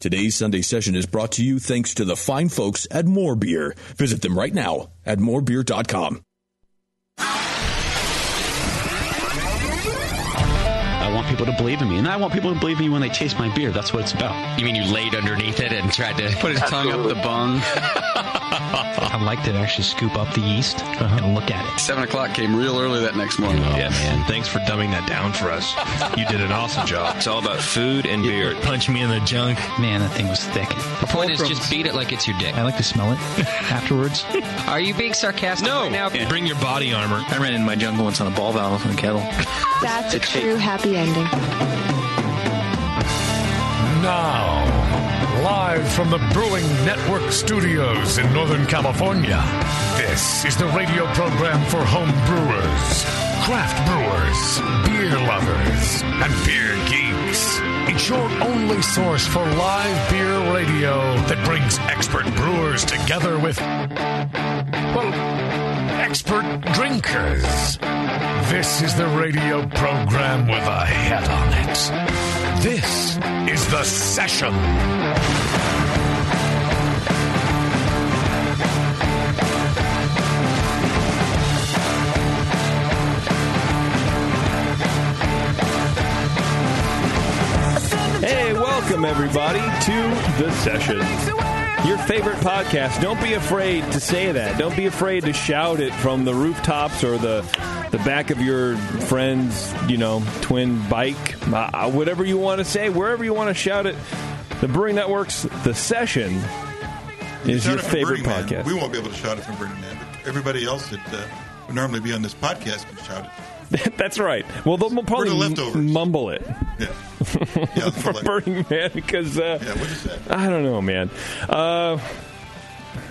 Today's Sunday session is brought to you thanks to the fine folks at More Beer. Visit them right now at morebeer.com. I want people to believe in me, and I want people to believe in me when they taste my beer. That's what it's about. You mean you laid underneath it and tried to Put his tongue up the bung. I like to actually scoop up the yeast Uh-huh. and look at it. Seven o'clock came real early that next morning. And thanks for dumbing that down for us. You did an awesome job. It's all about food and beer. Punch me in the junk. Man, that thing was thick. The point is just beat it like it's your dick. I like to smell it afterwards. Are you being sarcastic No. right now? Bring your body armor. I ran in my jungle once on a ball valve on a kettle. That's a true happy ending. Now, live from the Brewing Network studios in Northern California, this is the radio program for home brewers, craft brewers, beer lovers, and beer geeks. It's your only source for live beer radio that brings expert brewers together with, well, expert drinkers. This is the radio program with a head on it. This is The Session. Hey, welcome everybody to the session. Your favorite podcast. Don't be afraid to say that. Don't be afraid to shout it from the rooftops or the the back of your friend's, you know, twin bike. Uh, whatever you want to say, wherever you want to shout it. The Brewing Network's The Session is Shout your it from favorite Burning Man. podcast. We won't be able to shout it from Burning Man, but everybody else that uh, would normally be on this podcast can shout it. That's right. Well, they'll probably the leftovers. mumble it. Yeah, yeah for like- Burning Man because uh, Yeah, what is that? I don't know, man. Uh,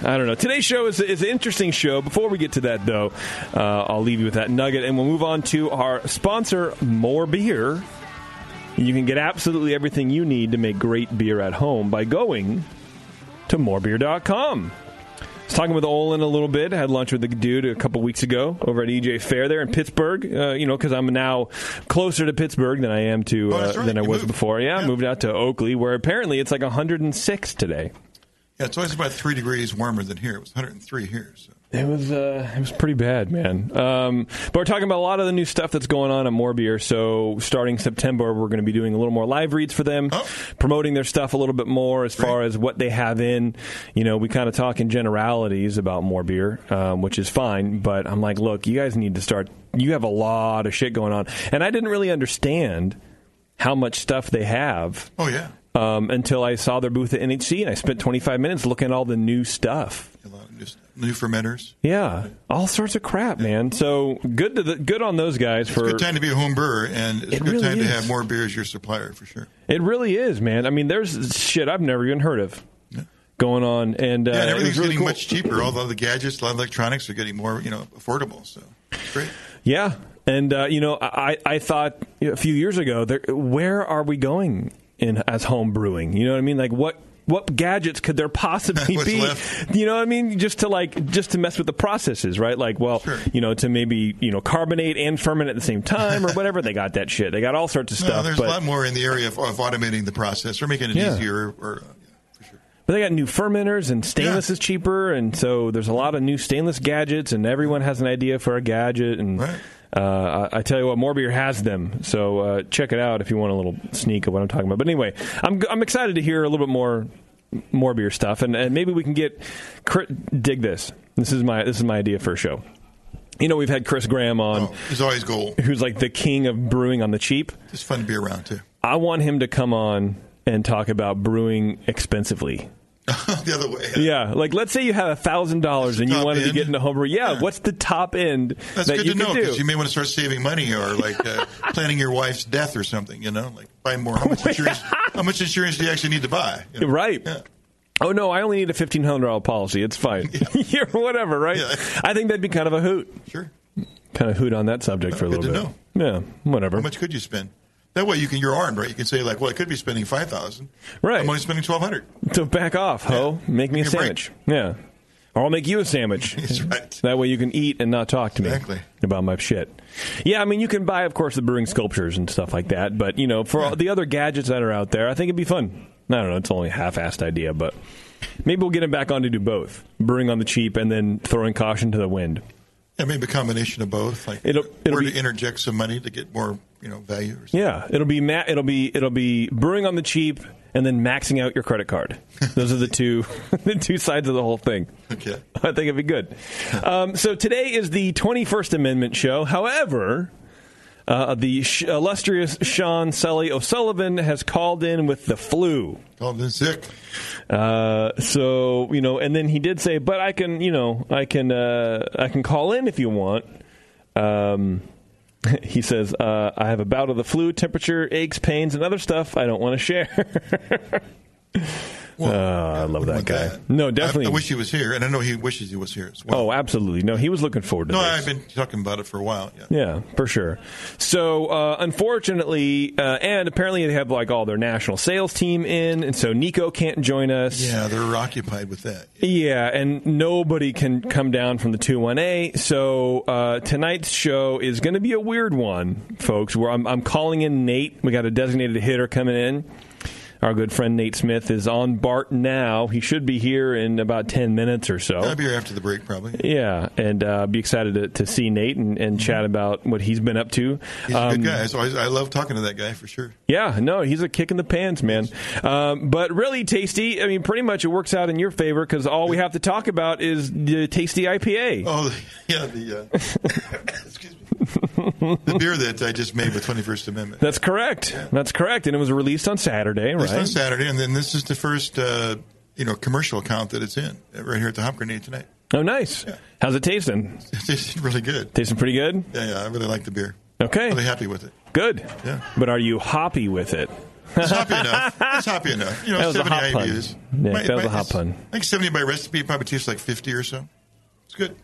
I don't know. Today's show is, is an interesting show. Before we get to that, though, uh, I'll leave you with that nugget, and we'll move on to our sponsor, More Beer. You can get absolutely everything you need to make great beer at home by going to morebeer.com. I was talking with Olin a little bit. I had lunch with the dude a couple weeks ago over at EJ Fair there in Pittsburgh. Uh, you know, because I'm now closer to Pittsburgh than I am to Oh, uh, that's right. than I You was moved. before. Yeah, I Yeah. moved out to Oakley, where apparently it's like 106 today. Yeah, it's always about three degrees warmer than here. It was 103 here. So. It was uh, it was pretty bad, man. Um, but we're talking about a lot of the new stuff that's going on at Morbier. So starting September, we're going to be doing a little more live reads for them, Oh. promoting their stuff a little bit more as far as what they have in. You know, we kind of talk in generalities about Morbier, um, which is fine. But I'm like, look, you guys need to start. You have a lot of shit going on, and I didn't really understand how much stuff they have Oh yeah, um, until I saw their booth at NHC, and I spent 25 minutes looking at all the new stuff. a lot of new, stuff. new fermenters. Yeah, all sorts of crap, man. So good to the, good on those guys It's for a good time to be a home brewer, and it's Er, It a good really time is. to have more beer as your supplier for sure. it. Really is, man. I mean, there's shit I've never even heard of going on, and, uh, Yeah, and it was everything's really getting cool. much cheaper. All the other gadgets, a lot of electronics are getting more, you know, affordable. So it's great. Yeah, and uh, you know, I I thought you know, a few years ago, there, where are we going in as home brewing? You know what I mean? Like what what gadgets could there possibly What's be? left? You know what I mean? Just to like just to mess with the processes, right? Like, well, Sure. you know, to maybe you know carbonate and ferment at the same time or whatever. they got that shit. They got all sorts of No, stuff. there's but, a lot more in the area of, of automating the process or making it Yeah. easier. Or uh, yeah, for sure. But they got new fermenters and stainless Yeah. is cheaper, and so there's a lot of new stainless gadgets, and everyone has an idea for a gadget. And Right. uh, I, I tell you what, Morbier has them, so uh, check it out if you want a little sneak of what I'm talking about. But anyway, I'm I'm excited to hear a little bit more Morbier stuff, and, and maybe we can get Crit dig this. This is my this is my idea for a show. You know, we've had Chris Graham on. Oh, He's always gold. Who's like the king of brewing on the cheap. It's fun to be around too. I want him to come on and talk about brewing expensively. the other way. Yeah, like let's say you have a thousand dollars and you top wanted to end? get into homebrew. Yeah, what's the top end That's that good you to could know do? because you may want to start saving money or like uh, planning your wife's death or something. You know, like buy more. How much insurance? how much insurance do you actually need to buy? You know? Right. Oh no, I only need a fifteen hundred dollar policy. It's fine. Yeah. whatever, right? I think that'd be kind of a hoot. Sure. Kind of hoot on that subject for a Good little to bit. Yeah, whatever. How much could you spend? That way you can you're armed, right? You can say like, well, I could be spending five thousand. Right. I'm only spending twelve hundred. So back off, ho. Make me a Take a break. sandwich. Yeah. Or I'll make you a sandwich. That's right. That way you can eat and not talk to Exactly. me about my shit. Yeah, I mean, you can buy, of course, the brewing sculptures and stuff like that. But, you know, for all the other gadgets that are out there, I think it'd be fun. I don't know. It's only a half assed idea, but maybe we'll get him back on to do both brewing on the cheap and then throwing caution to the wind. Yeah, maybe a combination of both. Like It'll- it'll where be- to interject some money to get more, you know, value. Or something. Yeah, it'll be ma- it'll be it'll be brewing on the cheap and then maxing out your credit card. Those are the two the two sides of the whole thing. Okay. I think it'd be good. Um, so today is the 21st Amendment show. However, uh, the sh- illustrious Sean Sully O'Sullivan has called in with the flu. Called in Oh, sick. Uh, so you know, and then he did say, "But I can, you know, I can, uh, I can call in if you want." Um, he says, uh, "I have a bout of the flu, temperature, aches, pains, and other stuff I don't want to share." Well, Uh, I love that want guy. that. No, I, definitely. I wish he was here, and I know he wishes he was here as well. oh, absolutely. No, he was looking forward to no, this. I've been talking about it for a while. Yeah. Yeah, for sure. So, uh, unfortunately, uh, and apparently they have like all their national sales team in, and so Nico can't join us. Yeah, they're occupied with that. Yeah, and nobody can come down from the 218. So uh, tonight's show is going to be a weird one, folks, where I'm, I'm calling in Nate. We got a designated hitter coming in. Our good friend Nate Smith is on BART now. He should be here in about 10 minutes or so. I'll be here after the break, probably. Yeah, and uh, be excited to, to see Nate and, and chat about what he's been up to. Um, He's a good guy. So I, I love talking to that guy for sure. Yeah, no, he's a kick in the pants, man. Um, but really tasty. I mean, pretty much it works out in your favor because all we have to talk about is the tasty IPA. Oh, yeah, the uh, excuse me, the beer that I just made with Twenty First Amendment. That's correct. That's correct. And it was released on Saturday, It's on right? Saturday, and then this is the first uh, you know commercial account that it's in uh, right here at the Hop Grenade tonight. Oh, nice. How's it tasting? It's just really good. Tasting pretty good. Yeah, yeah, I really like the beer. Okay, Really happy with it. good. Yeah. But are you hoppy with it? It's hoppy enough. It's hoppy enough. You know, That was a 70 hot pun. IBUs. Yeah, that was a hot it's- pun. I think 70 by recipe probably tastes like 50 or so. It's good.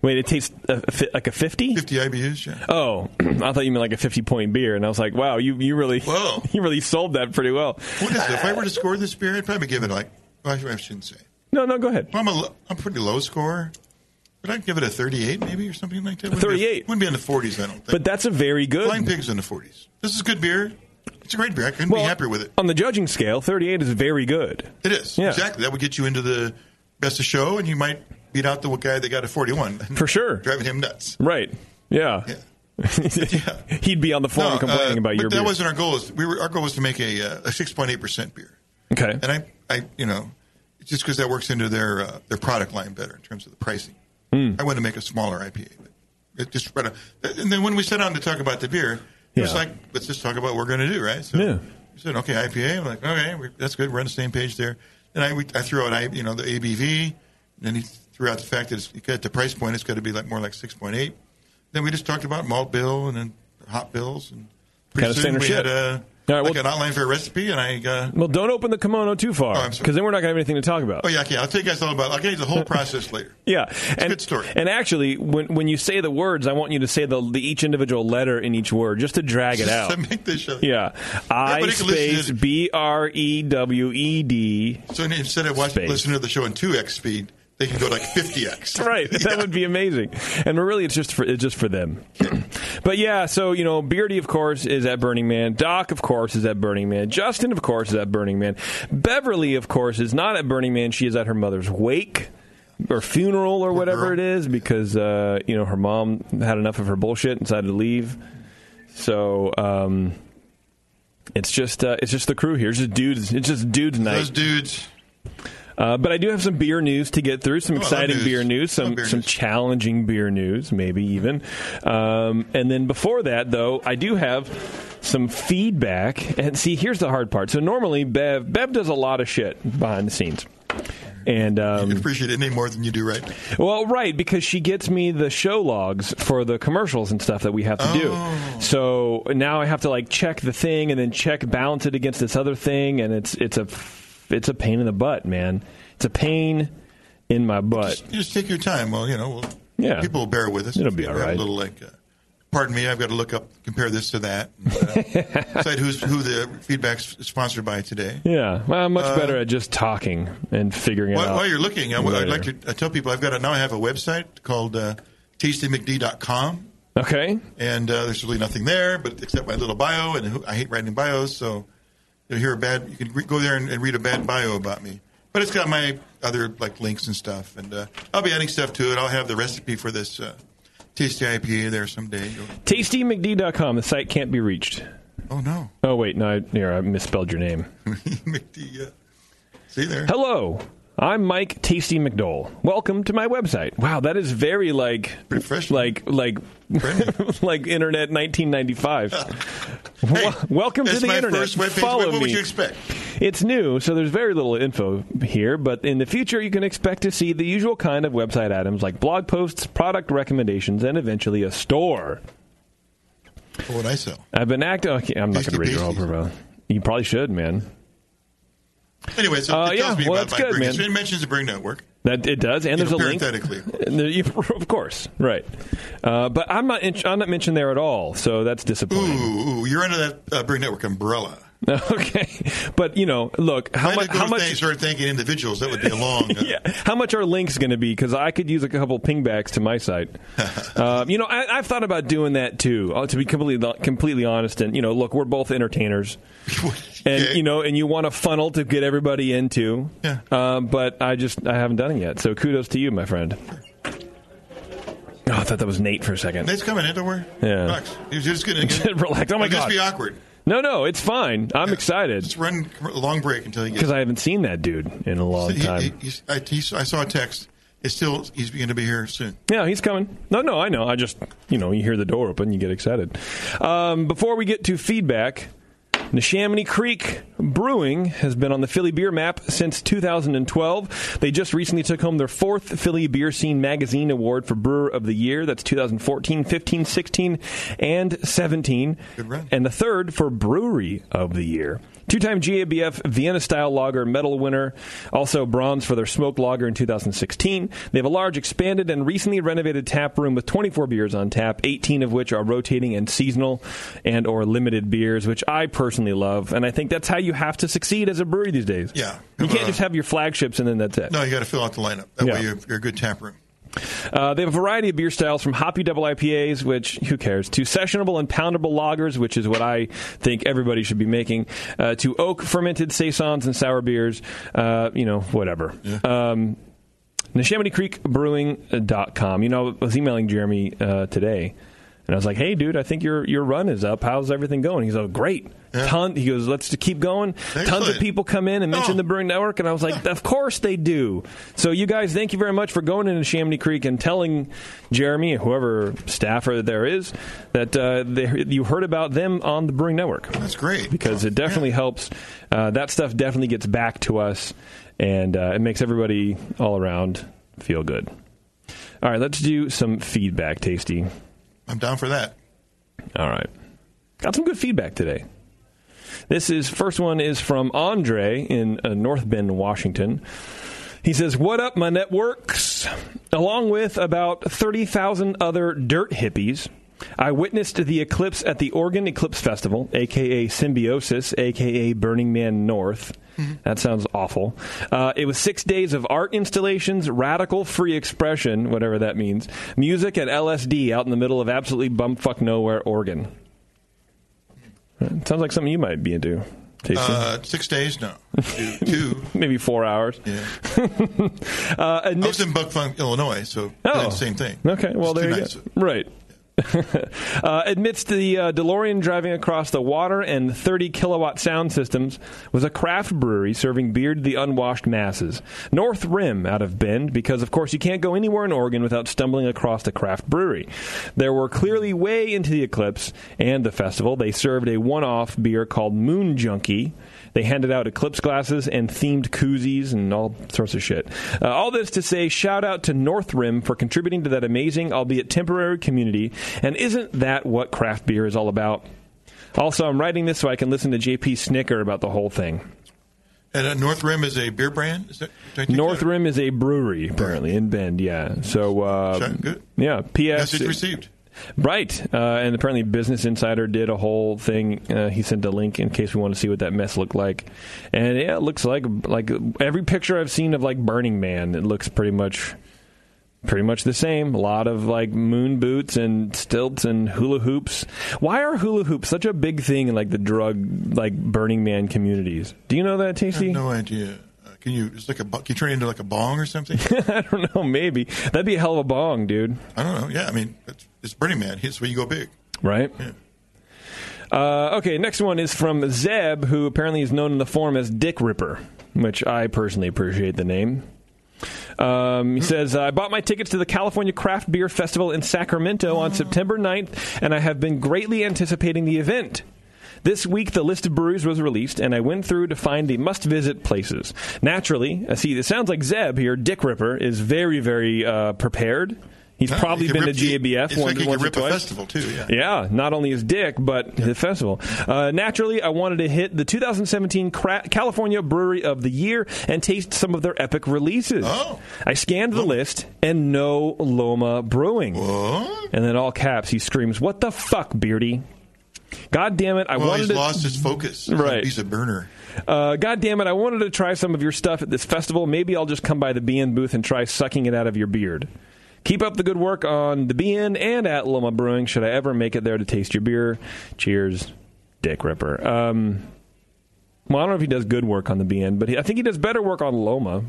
Wait, it tastes uh, fi- like a fifty. 50 IBUs, yeah. Oh, I thought you meant like a fifty-point beer, and I was like, "Wow, you, you really Whoa. you really sold that pretty well." What is it? If I were to score this beer, I'd probably give it like, well, I shouldn't say. No, no, go ahead. Well, I'm a, l- I'm a pretty low score, but I'd give it a 38 maybe or something like that. Wouldn't be- 38. Wouldn't be in the 40s, I don't think. But that's a very good. Flying Pig's in the 40s. This is good beer. It's a great beer. I couldn't Well, be happier with it. On the judging scale, 38 is very good. It is. Yeah. Exactly. That would get you into the best of show, and you might beat out the guy that got a 41. For sure. Driving him nuts. Right. Yeah. Yeah. He'd be on the phone No, complaining uh, about but your that beer. wasn't our goal. We were our goal was to make a uh, a six point eight percent beer, okay. and I, I you know, just because that works into their uh, their product line better in terms of the pricing. Hmm. I wanted to make a smaller IPA, but it just right. up- And then when we sat down to talk about the beer, it was Yeah. like let's just talk about what we're going to do, right? So Yeah. we said okay, IPA. I'm like okay, we're, that's good. We're on the same page there. And I we, I threw out I you know the ABV, and then he threw out the fact that it's, at the price point it's got to be like more like six point eight. Then we just talked about malt bill and then hot bills and pretty Kinda soon standard we shit. had a All right, like well- an outline for a recipe, and I uh, well, don't open the kimono too far Oh, I'm sorry. because then we're not going to have anything to talk about. oh yeah, okay, I'll tell you guys all about. I'll get you the whole process later. Yeah, and, good story. And actually, when when you say the words, I want you to say the, the each individual letter in each word, just to drag it out. to make this show. yeah, I Everybody can listen to space it. B R E W E D. So instead of watching, Space. listening to the show in two x speed, they can go like fifty x. Right, that would be amazing. And really, it's just for it's just for them. but yeah, so you know, Beardy of course is at Burning Man. Doc of course is at Burning Man. Justin of course is at Burning Man. Beverly of course is not at Burning Man. She is at her mother's wake or funeral or whatever girl. it is because uh, you know her mom had enough of her bullshit and decided to leave. So. um it's just uh, it's just the crew here. It's just dudes. It's just dudes night. Those dudes. Uh, but I do have some beer news to get through, some Oh, I love exciting news. beer news, Love some beer some news. Mm-hmm. challenging beer news, maybe even. Um, and then before that, though, I do have some feedback. And see, here's the hard part. So normally Bev Bev does a lot of shit behind the scenes, and um, You'd appreciate it any more than you do right now. well, right, because she gets me the show logs for the commercials and stuff that we have to Oh. do. So now I have to like check the thing and then check balance it against this other thing, and it's it's a it's a pain in the butt, man. It's a pain in my butt. You just take your time. Well, you know, we'll, Yeah. people will bear with us. It'll be We all have right. A little like, uh, pardon me, I've got to look up, compare this to that. and, uh, decide who's who the feedback's sponsored by today. Yeah, well, I'm much Uh, better at just talking and figuring it While, out. while you're looking, I, later. would like to I tell people I've got a, now I have a website called uh, tastymcd.com. okay, and uh, there's really nothing there, but except my little bio, and who- I hate writing bios, so you'll hear a bad. You can re- go there and, and read a bad bio about me, but it's got my other like links and stuff, and uh, I'll be adding stuff to it. I'll have the recipe for this uh, tasty IPA there someday. tastymcd.com. The site can't be reached. Oh no, Oh wait, no, I, here I misspelled your name. McD. Uh, see there. Hello, I'm Mike Tasty McDowell. Welcome to my website. Wow, that is very like Pretty fresh. like like like internet 1995. Wel- welcome to That's the my internet. first webpage. Follow what, what me. would you expect? It's new, so there's very little info here, but in the future you can expect to see the usual kind of website items like blog posts, product recommendations, and eventually a store. What would I sell? I've been active. Okay, I'm not going to read your whole Tasty profile. You probably should, man. Anyway, so Uh, it yeah, tells me well, about that's my good, Bring- man. It mentions the Bring Network. That it does, and You there's know, a link. parenthetically. And there- you- of course, right. Uh, but I'm not. In, I'm not mentioned there at all. So that's disappointing. Ooh, ooh, you're under that uh, Bring Network umbrella. Okay, but you know, look how If I much. had to How go much? thank- start thanking individuals. That would be a long. Uh, yeah, how much are links going to be? Because I could use a couple pingbacks to my site. um, you know, I, I've thought about doing that too. Uh, to be completely completely honest, and you know, look, we're both entertainers, and Yeah. you know, and you want a funnel to get everybody into. Yeah. Um, but I just I haven't done it yet. So kudos to you, my friend. Oh, I thought that was Nate for a second. Nate's coming in, don't worry. Yeah. Relax. You're just going to Relax. Oh my Just God. be awkward. No, no, it's fine. I'm excited Just run a long break until he gets. because I haven't seen that dude in a long he, time. he- he's- I, he's- I saw a text. It's still, he's going to be here soon. yeah, he's coming. No, no, I know. I just, you know, you hear the door open, you get excited. Um, before we get to feedback, Neshaminy Creek Brewing has been on the Philly beer map since 2012. They just recently took home their fourth Philly Beer Scene Magazine Award for Brewer of the Year. That's 2014, 15, 16, and 17. Good run. And the third for Brewery of the Year. Two time GABF Vienna Style Lager medal winner, also bronze for their smoke lager in 2016. They have a large, expanded, and recently renovated tap room with 24 beers on tap, 18 of which are rotating and seasonal and or limited beers, which I personally love. And I think that's how you have to succeed as a brewery these days. Yeah. You can't Uh, just have your flagships and then that's it. No, you got to fill out the lineup. That Yeah. way you're, you're a good tap room. Uh, they have a variety of beer styles from hoppy double IPAs, which who cares, to sessionable and poundable lagers, which is what I think everybody should be making, uh, to oak fermented saisons and sour beers, uh, you know, whatever. Um, NeshaminyCreekBrewing.com. uh, You know, I was emailing Jeremy uh, today, and I was like, "Hey, dude, I think your your run is up. How's everything going?" He's like, "Great." Yeah. Ton. He goes, "Let's keep going." Tons of Excellent. people come in and mention Oh. the Brewing Network, and I was like, "Of course they do." So, you guys, thank you very much for going into Chamonix Creek and telling Jeremy, whoever staffer there is, that uh, they, you heard about them on the Brewing Network That's great. because it definitely helps. Uh, that stuff definitely gets back to us, and uh, it makes everybody all around feel good. All right, let's do some feedback, Tasty. I'm down for that. All right, got some good feedback today. This is first one is from Andre in uh, North Bend, Washington. He says, "What up, my networks?" Along with about thirty thousand other dirt hippies, I witnessed the eclipse at the Oregon Eclipse Festival, aka Symbiosis, aka Burning Man North. That sounds awful. Uh, it was six days of art installations, radical free expression, whatever that means, music, and LSD out in the middle of absolutely bumfuck nowhere, Oregon. It sounds like something you might be into. Tasty. Uh, six days? No. Two. two. Maybe four hours. Yeah. Uh, and I was in Buck Funk, Illinois, so Oh. did the same thing. Okay, well It's there two you nights. go. Right. uh, admits the uh, DeLorean driving across the water and 30 kilowatt sound systems was a craft brewery serving beer to the unwashed masses. North Rim out of Bend, because of course you can't go anywhere in Oregon without stumbling across the craft brewery. There were clearly way into the eclipse and the festival. They served a one off beer called Moon Junkie. They handed out eclipse glasses and themed koozies and all sorts of shit. Uh, all this to say, shout out to North Rim for contributing to that amazing, albeit temporary, community. And isn't that what craft beer is all about? Also, I'm writing this so I can listen to JP snicker about the whole thing. And uh, North Rim is a beer brand. Is that, did I take North that? Rim is a brewery, apparently, in Bend, yeah. So, uh, Sound good. yeah, P.S. Message received. Right, uh, and apparently Business Insider did a whole thing. Uh, he sent a link in case we want to see what that mess looked like, and yeah, it looks like like every picture I've seen of like Burning Man, it looks pretty much pretty much the same. A lot of like moon boots and stilts and hula hoops. Why are hula hoops such a big thing in like the drug like Burning Man communities? Do you know that, I Tasty? have no idea. Uh, can you? It's like a. bo- Can you turn it into like a bong or something? I don't know. Maybe that'd be a hell of a bong, dude. I don't know. Yeah, I mean, it's, it's Burning Man. It's where you go big. Right? Uh, okay, next one is from Zeb, who apparently is known in the forum as Dick Ripper, which I personally appreciate the name. Um, he says, I bought my tickets to the California Craft Beer Festival in Sacramento on September 9th, and I have been greatly anticipating the event. This week, the list of breweries was released, and I went through to find the must visit places. Naturally, I see, it sounds like Zeb here, Dick Ripper, is very, very uh, prepared. He's Huh? probably You been can to rip- you- GABF It's one- like you once or can rip a twice. festival too. Yeah. Yeah, not only his dick, but the festival. Uh, naturally, I wanted to hit the 2017 Cra- California Brewery of the Year and taste some of their epic releases. Oh. I scanned the list and no Loma Brewing. What? And then all caps, he screams, "What the fuck, Beardy!" God damn it! I Well, wanted he's to lost his focus. Right. He's a burner. uh, God damn it, I wanted to try some of your stuff at this festival. Maybe I'll just come by the BN booth and try sucking it out of your beard. Keep up the good work on the BN and at Loma Brewing. Should I ever make it there to taste your beer? Cheers, Dick Ripper. Um, well, I don't know if he does good work on the BN, but he, I think he does better work on Loma.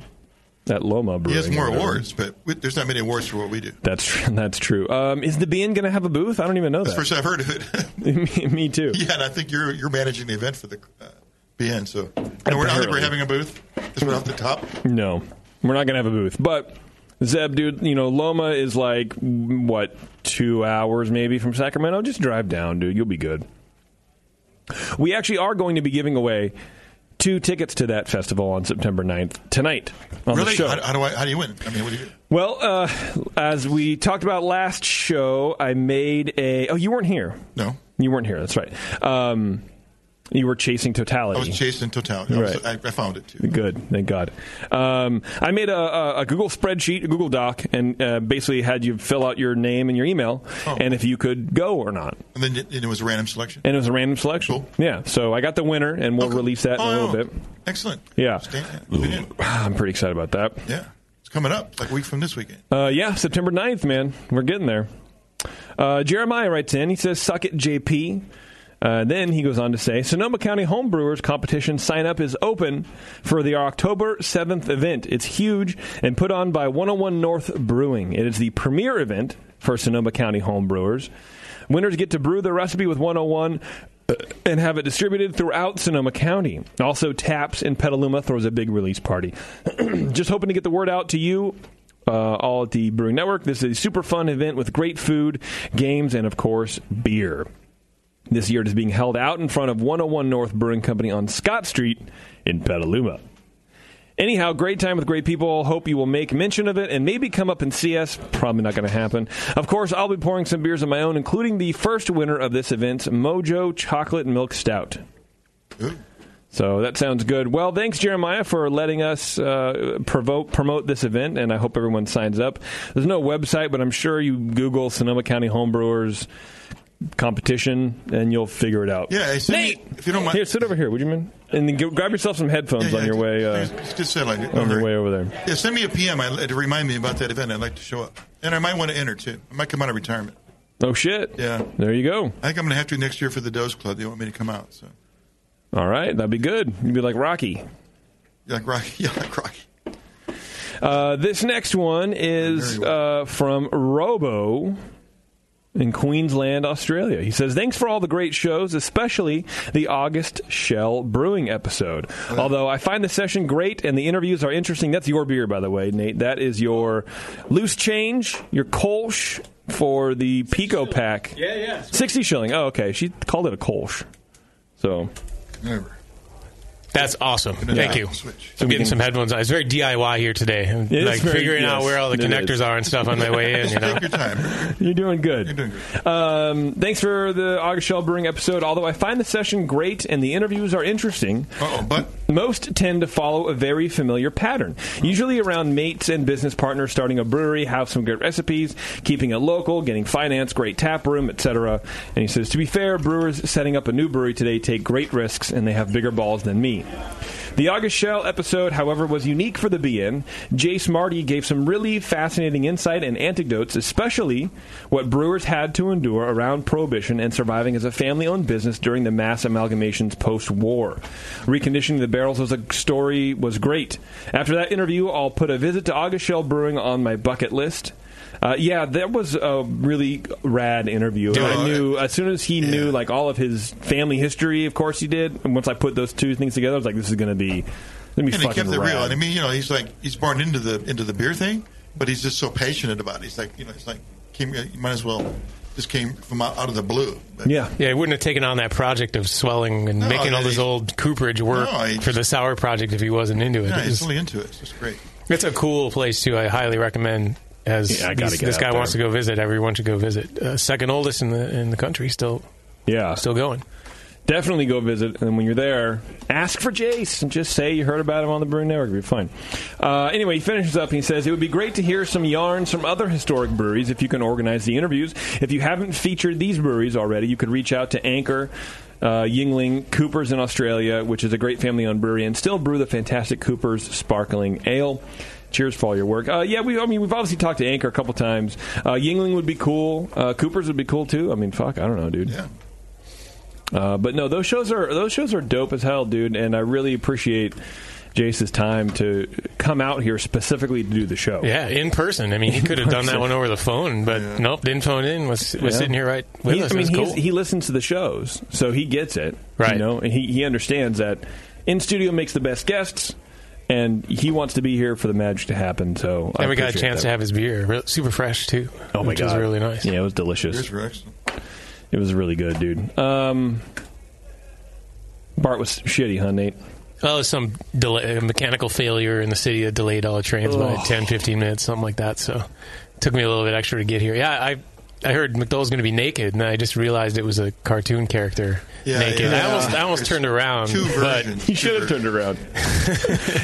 At Loma He Brewing. has more awards, but we, there's not many awards for what we do. That's tr- that's true. Um, is the BN going to have a booth? I don't even know That's the that. first I've heard of it. me, me too. yeah, and I think you're you're managing the event for the uh, BN. So no, we're, I don't think we're Apparently. having a booth. Just right off the top. No, we're not going to have a booth. But Zeb, dude, you know Loma is like what two hours maybe from Sacramento. Just drive down, dude. You'll be good. We actually are going to be giving away two tickets to that festival on September 9th tonight on the Really? show. How, how do I? How do you win? I mean, what do you? do? well, uh, as we talked about last show, I made a. Oh, you weren't here. No, You weren't here. That's right. Um, you were chasing totality. I was chased in totality. I, was- I, I found it too. Good, thank God. Um, I made a, a, a Google spreadsheet, a Google Doc, and uh, basically had you fill out your name and your email, Oh. and if you could go or not. And then it, it was a random selection. And it was a random selection. Cool. Yeah, so I got the winner, and we'll Okay. release that in Oh, a little yeah. bit. Excellent. Yeah. Stand- tune in. I'm pretty excited about that. Yeah. It's coming up. It's like a week from this weekend. Uh, yeah, September 9th, man. We're getting there. Uh, Jeremiah writes in. He says, Suck it, JP. Uh, then he goes on to say, Sonoma County Homebrewers Competition sign up is open for the October 7th event. It's huge and put on by 101 North Brewing. It is the premier event for Sonoma County Homebrewers. Winners get to brew their recipe with 101 uh, and have it distributed throughout Sonoma County. Also, Taps in Petaluma throws a big release party. Just hoping to get the word out to you uh, all at the Brewing Network. This is a super fun event with great food, games, and of course, beer. This year it is being held out in front of 101 North Brewing Company on Scott Street in Petaluma. Anyhow, great time with great people. Hope you will make mention of it and maybe come up and see us. Probably not going to happen. Of course, I'll be pouring some beers of my own, including the first winner of this event's Mojo Chocolate Milk Stout. Ooh. So that sounds good. Well, thanks, Jeremiah, for letting us uh, provoke, promote this event, and I hope everyone signs up. There's no website, but I'm sure you Google Sonoma County Homebrewers competition, and you'll figure it out. Yeah, hey, send me- Nate! if you don't mind- Here, sit over here, would you mind? And then g- grab yourself some headphones on your way uh, Just- just settle it. on your Don't way hurry. over there. Yeah, send me a PM I, to remind me about that event. I'd like to show up. And I might want to enter too. I might come out of retirement. Oh shit! Yeah. there you go. I think I'm going to have to next year for the Doe's Club. They want me to come out. So, All right, that'd be good. You'd be like Rocky. yeah, like Rocky. Yeah, like Rocky. Uh, this next one is Very well. uh, from Robo. in Queensland, Australia. He says, Thanks for all the great shows, especially the August Shell Brewing episode. Although I find the session great and the interviews are interesting. That's your beer, by the way, Nate. That is your loose change, your Kolsch for the Pico pack. Yeah, yeah. 60 shilling. Oh, okay. She called it a Kolsch. So. That's awesome. Thank you. Switch. I'm getting some headphones on. It's very DIY here today. I'm, It is like very- figuring out yes, where all the it connectors is. are and stuff on my way in. You know? Take your time. You're doing good. You're doing Um, thanks for the August Shell Brewing episode. Although I find the session great and the interviews are interesting, Uh-oh, but most tend to follow a very familiar pattern. Usually around mates and business partners starting a brewery, have some good recipes, keeping it local, getting finance, great tap room, etc. And he says, to be fair, brewers setting up a new brewery today take great risks and they have bigger balls than me. The August Shell episode, however, was unique for the BN. Jace Marty gave some really fascinating insight and anecdotes, especially what brewers had to endure around Prohibition and surviving as a family owned business during the mass amalgamations post war. Reconditioning the barrels was a story was great. After that interview, I'll put a visit to August Shell Brewing on my bucket list. Uh, yeah, that was a really rad interview. And I Dude. knew as soon as he knew like all of his family history, of course he did. And once I put those two things together, I was like, this is gonna be, gonna be and he fucking kept it real. rad. And I mean, you know, he's like he's born into the into the beer thing, but he's just so passionate about it. He's like, you know, he's like came you might as well just came from out, out of the blue. But yeah, Yeah, I wouldn't have taken on that project of swelling and No, making all this he- old cooperage work No, he- for the sour project if he wasn't into it. yeah, It he's was- really into it. It's just great. It's a cool place too. I highly recommend. As Yeah, I gotta these- get this out guy there. wants to go visit, everyone should go visit. Uh, second oldest in the in the country, still yeah. So still going. definitely go visit. And when you're there, ask for Jace and just say you heard about him on the Brew Network. It'll be fine. Uh, anyway, he finishes up and he says, It would be great to hear some yarns from other historic breweries if you can organize the interviews. If you haven't featured these breweries already, you could reach out to Anchor. Uh, Yingling Coopers in Australia, which is a great family-owned brewery, and still brew the fantastic Coopers Sparkling Ale. Cheers for all your work. Uh, yeah, we. I mean, we've obviously talked to Anchor a couple times. Uh, Yingling would be cool. Uh, Coopers would be cool too. I mean, fuck, I don't know, dude. Yeah. Uh, but no, those shows are those shows are dope as hell, dude. And I really appreciate Jace's time to come out here specifically to do the show. Yeah, in person. I mean, he could have done that person. one over the phone, but nope, didn't phone in. Was was Yeah. sitting here right with He- us. I mean, it was he's- cool. he listens to the shows, so he gets it, Right. You know, and he he understands that in studio makes the best guests, and he wants to be here for the magic to happen. So I and we got a appreciate chance that. to have his beer, Real- super fresh too. Oh my which god, was really nice. Yeah, it was delicious. Beers were excellent. It was really good, dude. Um, Bart was shitty, huh, Nate? Oh, some delay, a mechanical failure in the city that delayed all the trains by Ugh. 10, 15 minutes, something like that. So, took me a little bit extra to get here. Yeah, I I heard McDowell's going to be naked, and I just realized it was a cartoon character Yeah, naked. yeah. I almost I almost It's turned around, Two but versions. He should have turned around.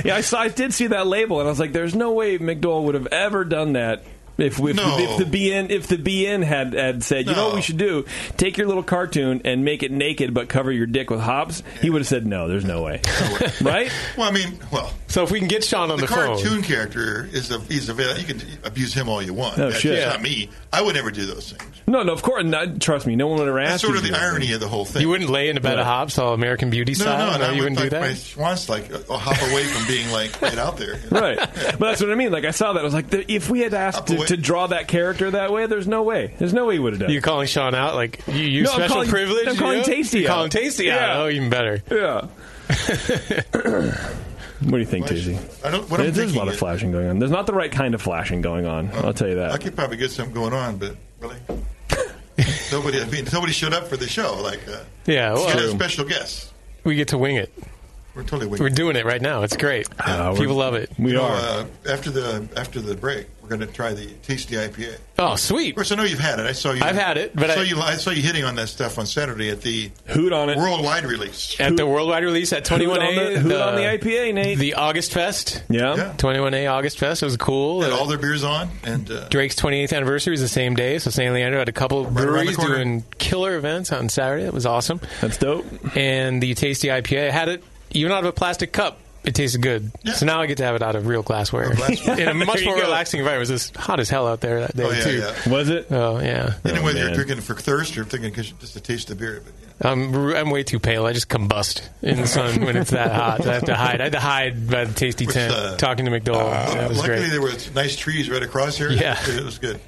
yeah, I saw. I did see that label, and I was like, "There's no way McDowell would have ever done that." If, if, No. if the BN if the BN had, had said, you know what we No. should do, take your little cartoon and make it naked, but cover your dick with hops. He would have said, no, there's no way, right? Well, I mean, well, so if we can get Sean on Oh. the, the, phone, cartoon character is a he's available. You can abuse him all you want. Oh, That's shit. just not me. I would never do those things. No, no, of course, not, trust me, no one would ever That's asked. sort you of to the do that. irony of the whole thing. you wouldn't lay in a bed of hops all American Beauty No, style. no, and I you would wouldn't like, do that. my swans like uh, I'll hop away from being like right out there. you know? Right, but that's what I mean. Like I saw that, I was like, "The- if we had asked Up to, away. to draw that character that way, there's no way, there's no way he would have done. You're calling Sean out like you, you No, I'm special calling- privilege. I'm you calling know? Tasty You're out. calling Tasty Yeah. out. Oh, even better. it. Yeah. what do you think, Flash- Daisy? I don't. What I'm There's a thinking lot of is- flashing going on. There's not the right kind of flashing going on. I'll tell you I that. could probably get something going on, but really, nobody. I mean, nobody showed up for the show. Like, uh, Yeah, we got a well, special guest. we get to wing it. We're totally We're waiting. doing it right now. It's great. Uh, we're- People love it. We So, are. uh, after the after the break, we're going to try the tasty IPA. Of Oh, sweet. course, I know you've had it. I saw you. I've had it, but I saw I- you. I saw you hitting on that stuff on Saturday at the Hoot on it. worldwide release. At the worldwide release at Who's 21A. on the- who's on the IPA, Nate? The August Fest. yeah. Yeah. 21A August Fest. It was cool. Uh, Had all their beers on, and uh, Drake's 28th anniversary is the same day, so San Leandro had a couple of around the breweries corner. doing killer events on Saturday. It was awesome. That's dope. And the Tasty IPA I had it even out of a plastic cup. It tasted good. Yeah. So now I get to have it out of real glassware. glassware. In a much There you more go. relaxing environment. It was hot as hell out there that day, oh yeah, too. yeah. Was it? Oh, yeah. Anyway, man. they're drinking it for thirst or thinking 'cause just to taste the beer. But yeah. I'm I'm way too pale. I just combust in the sun when it's that hot. I have to hide. I had to hide by the tasty Which, tent uh, talking to McDowell. that was luckily great. there was nice trees right across here. Yeah. it was good.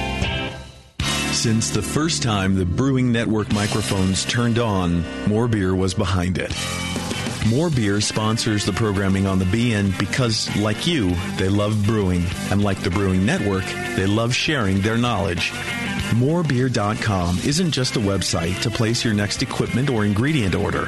Since the first time the Brewing Network microphones turned on, More Beer was behind it. More Beer sponsors the programming on the BN because, like you, they love brewing, and like the Brewing Network, they love sharing their knowledge. Morebeer.com isn't just a website to place your next equipment or ingredient order.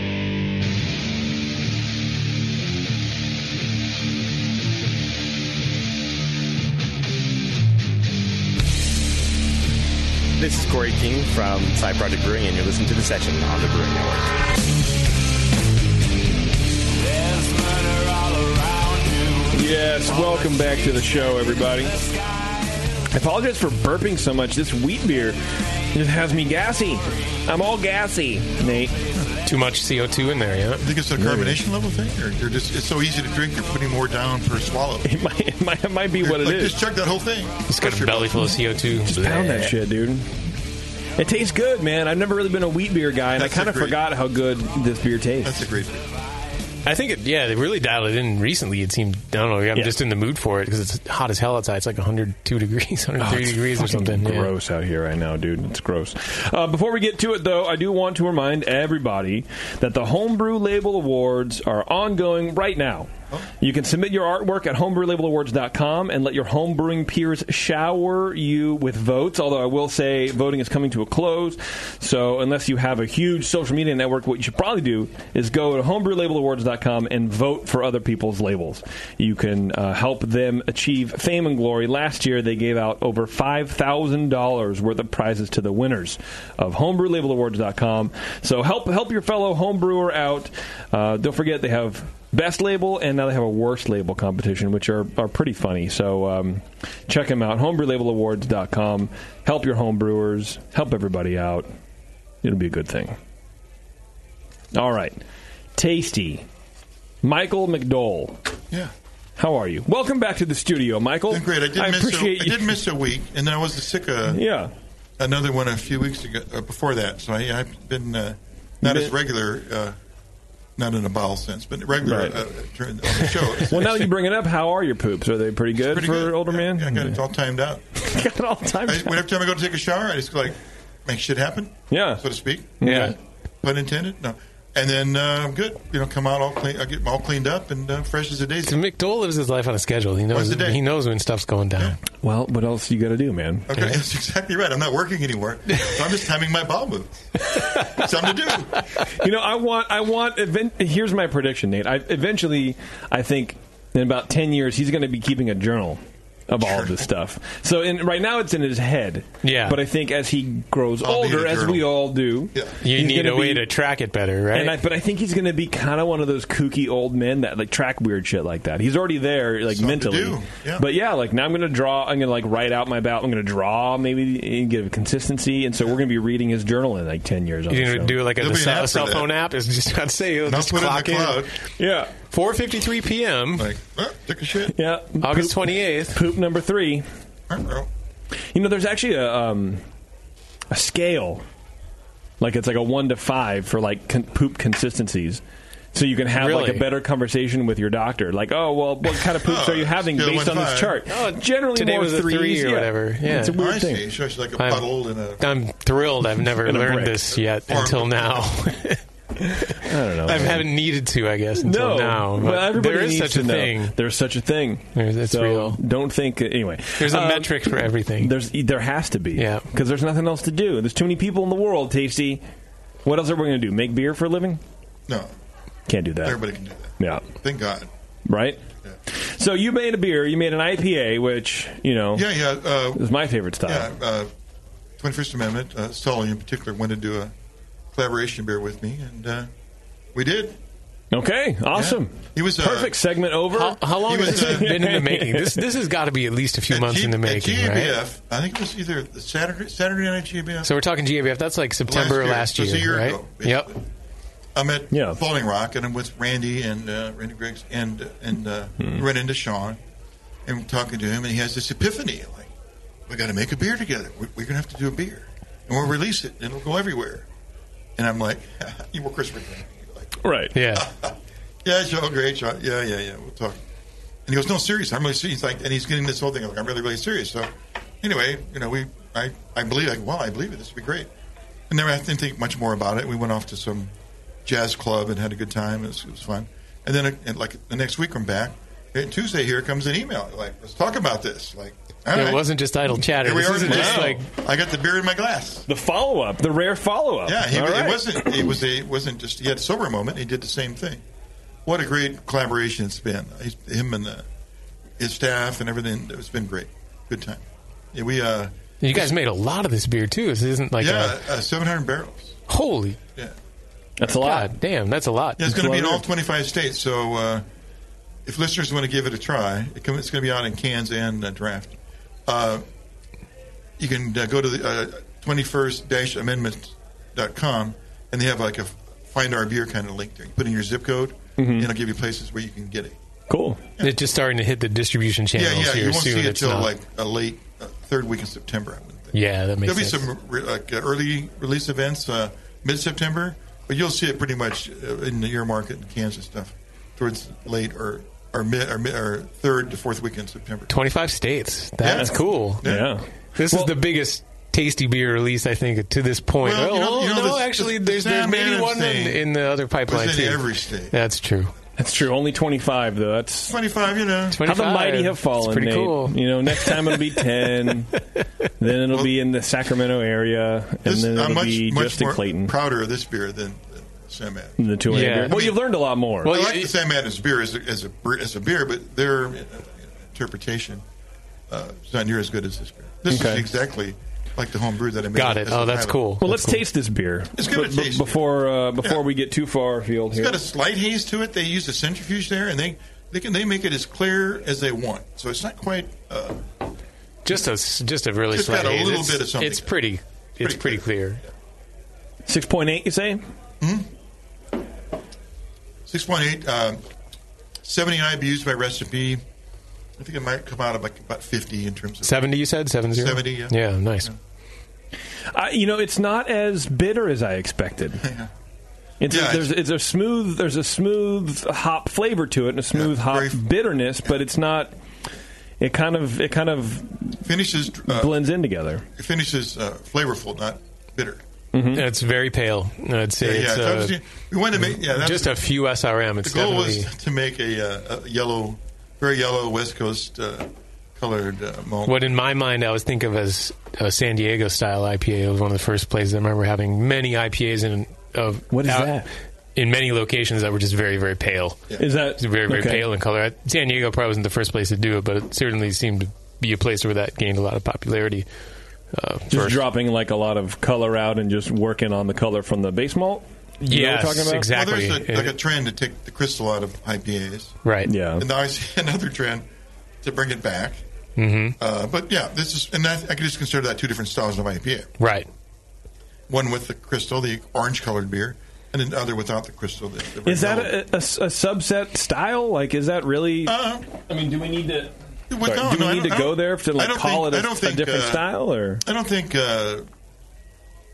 This is Corey King from Side Project Brewing, and you're listening to The Session on the Brewing Network. Yes, welcome back to the show, everybody. I apologize for burping so much. This wheat beer just has me gassy. I'm all gassy, Nate. Too much CO2 in there, yeah? I think it's a carbonation level thing, or you're just, it's so easy to drink, you're putting more down per swallow. It might, it might, it might be what it like, is. Just chug that whole thing. It's got a belly full of CO2. Just Pound that shit, dude. It tastes good, man. I've never really been a wheat beer guy, and That's I kind a of great- forgot how good this beer tastes. That's a great I think, it, yeah, they really dialed it in recently. It seemed, I don't know, I'm Yeah. just in the mood for it because it's hot as hell outside. It's like 102 degrees, 103 Oh, it's degrees or fucking something. yeah. Gross out here right now, dude. It's gross. Uh, before we get to it, though, I do want to remind everybody that the Homebrew Label Awards are ongoing right now. You can submit your artwork at homebrewlabelawards.com and let your homebrewing peers shower you with votes. Although I will say voting is coming to a close, so unless you have a huge social media network, what you should probably do is go to homebrewlabelawards.com and vote for other people's labels. You can uh, help them achieve fame and glory. Last year, they gave out over $5,000 worth of prizes to the winners of homebrewlabelawards.com. So help help your fellow homebrewer out. Uh, don't forget, they have best label and now they have a worst label competition, which are, are pretty funny. So um, check them out. Homebrewlabelawards.com. Help your homebrewers. Help everybody out. It'll be a good thing. All right. Tasty. Michael McDowell. Yeah. How are you? Welcome back to the studio, Michael. great. I did miss. appreciate a, you. I did miss a week, and then I was sick. Uh, yeah. Another one a few weeks ago uh, before that. So I, I've been uh, not Been- as regular. Uh, not in a bowel sense, but regular Right. uh, during on the show. It's- well, now that you bring it up, how are your poops? Are they pretty good for older man? I got it all timed out. got it all timed I, Whenever time I go to take a shower, I just like make shit happen. Yeah. So to speak. Yeah. Pun intended. No. And then uh, I'm good. You know, come out all clean. I get all cleaned up and uh, fresh as a daisy. So McDowell lives his life on a schedule. He Once knows a day. he knows when stuff's going down. Well, what else you got to do, man? Okay, that's exactly right. I'm not working anymore. So I'm just timing my bowel move. Something to do. you know, I want, I want. Event, here's my prediction, Nate. I, eventually, I think in about ten years, he's going to be keeping a journal of all of this stuff. So, in, right now, it's in his head. Yeah. But I think as he grows I'll need a older, as journal. we all do, You he's need gonna a way be- to track it better, right? And I, but I think he's going to be kind of one of those kooky old men that like track weird shit like that. He's already there, like mentally. do, yeah. But yeah, like now I'm going to draw. I'm going to like write out my bout. I'm going to draw maybe and give consistency. And so we're going to be reading his journal in like ten years. on you the know, show. do like a, cell, cell phone app. Is just about to say you'll And I'll just put it oh, in clock the cloud. Yeah, 4:53 p.m. Like, took a shit. Yeah, August 28th. Poop number three. You know, there's actually a um, a scale, like it's like a one to five for like con- poop consistencies. So you can have like Really? a better conversation with your doctor. Like, oh well, what kind of poops are you having scale based one on five. this chart? Oh, generally today more was a threes, three or yeah. whatever. Yeah, it's a weird I thing. see. So it's like a I'm- puddle and a. I'm thrilled. I've never And a learned brick. this yet Or- until now. I don't know. I haven't needed to, I guess, until no, now. well, but everybody there is needs such to a know. thing. There's such a thing. It's so real. don't think anyway. There's a Um, metric for everything. There's there has to be. Yeah. Because there's nothing else to do. There's too many people in the world, Tasty. What else are we going to do? Make beer for a living? No. Can't do that. Everybody can do that. Yeah. Thank God. Right. So you made a beer. You made an IPA, which you know. Yeah, yeah. Uh, Is my favorite style. Yeah, uh, 21st Amendment, uh, Sully in particular, wanted to do a collaboration beer with me, and uh, we did. Okay, awesome. He was uh, Perfect segment over. How, how long He has was, this uh, been in the making? This this has got to be at least a few months in the making, right? GABF. I think it was either the Saturday Saturday night GABF. So we're talking GABF. That's like September last Last year. year, So it's a year right? ago, yep. I'm at Falling Rock, and I'm with Randy and uh, Randy Griggs, and and uh, ran into Sean, and we're talking to him, and he has this epiphany like, we got to make a beer together. We, we're gonna have to do a beer, and we'll release it, and it'll go everywhere. And I'm like, you were Chris Rickman. Right. Yeah. Ah, Yeah, Joe, great shot. Yeah, yeah, yeah. We'll talk. And he goes, no, serious. I'm really serious. He's like, and he's getting this whole thing. Like, I'm really, really serious. So, anyway, you know, we, I, I believe, like, wow, I believe it. This would be great. And then I didn't think much more about it. We went off to some jazz club and had a good time. It was, it was fun. And then, uh, and like the next week, I'm back. And Tuesday, here comes an email. Like, let's talk about this. Like, all it right. wasn't just idle chatter. Here we This are isn't today. just like I got the beer in my glass. The follow up, the rare follow up. Yeah, he, it wasn't. It was a. It wasn't just. He had a sober moment. He did the same thing. What a great collaboration it's been. He's, him and the, his staff and everything. It's been great. Good time. Yeah, we. Uh, you guys made a lot of this beer too. This isn't like yeah, uh, 700 barrels. a holy. Yeah. That's a lot. God damn, that's a lot. Yeah, it's going to be in all 25 states. So uh, if listeners want to give it a try, it come, it's going to be out in cans and uh, draft. Uh, you can uh, go to the uh, 21st-amendment.com, and they have like a find our beer kind of link there. You put in your zip code, Mm-hmm. and it'll give you places where you can get it. Cool. It's just starting to hit the distribution channels yeah, yeah. here You won't soon. see it It's till not- like a late uh, third week in September. I wouldn't think. yeah, that makes There'll be sense. some re- like uh, early release events uh, mid September, but you'll see it pretty much uh, in your market and Kansas stuff towards late or or mid or, mid, or third to fourth weekend in September. 25 states. That's Yeah. cool. Yeah. This is the biggest tasty beer release, I think, to this point. Well, you know- oh, you know, no, this- actually, there's, this- this there's maybe Amman one in, thing in the other pipeline, was too. in every state. That's true. That's true. Only 25 though. That's Twenty five, you know. how the mighty have fallen. It's pretty Nate. cool. You know, next time it'll be 10. then it'll be in the Sacramento area, and This- then it'll I'm much be much just more in Clayton. prouder of this beer than, than Sam Adams. in the two Yeah. yeah. I Well, mean- you've learned a lot more. I like the Sam Adams beer as a, as a bre- as a beer, but their uh, interpretation uh, is not near as good as this beer. This Okay. is exactly like the home brew that I made. Oh, as a pilot. Well, let's taste this beer. Let's give it a But- but taste. before uh, before we get too far afield It's here. got a slight haze to it. They use a centrifuge there, and they they can they make it as clear as they want. So it's not quite. Uh, Just a, s- just a really Just slight got a haze. little it's, bit of something. It's pretty, it's pretty clear. Six point eight, you say? Six point eight, uh, seventy IBUs by recipe. I think it might come out of like about fifty in terms of 70, you said? 70? 70, yeah. Yeah, nice. I, you know, it's not as bitter as I expected. It's there's it's a smooth there's a smooth hop flavor to it and a smooth hop bitterness, but it's not. It kind of it kind of finishes uh, blends in together. It finishes uh, flavorful, not bitter. Mm-hmm. And it's very pale. And I'd say yeah, it's yeah. uh, So we wanted to make yeah. That's just a few SRM. the It's goal definitely was to make a, uh, a yellow, very yellow West Coast uh, colored uh, malt. what in my mind I was think of as a San Diego style IPA. It was one of the first places I remember having many IPAs in of What is out- that? In many locations that were just very, very pale. Is that It's very, very okay. pale in color. I- San Diego probably wasn't the first place to do it, but it certainly seemed to be a place where that gained a lot of popularity. Uh, Just dropping like a lot of color out and just working on the color from the base malt. You know what I'm talking about? Well, there's a, like a trend to take the crystal out of IPAs. Right. Yeah. And now I see another trend to bring it back. Mm-hmm. Uh, but yeah, this is, and that, I could just consider that two different styles of IPA. Right. One with the crystal, the orange colored beer, and then the other without the crystal. The, the Is that a, a- a subset style? Like, is that really? Uh, I mean, do we need to? Well, no, do we no, I need don't- to I go don't- there to I like don't call think- it I a, don't a think, different uh, style? Or I don't think. Uh,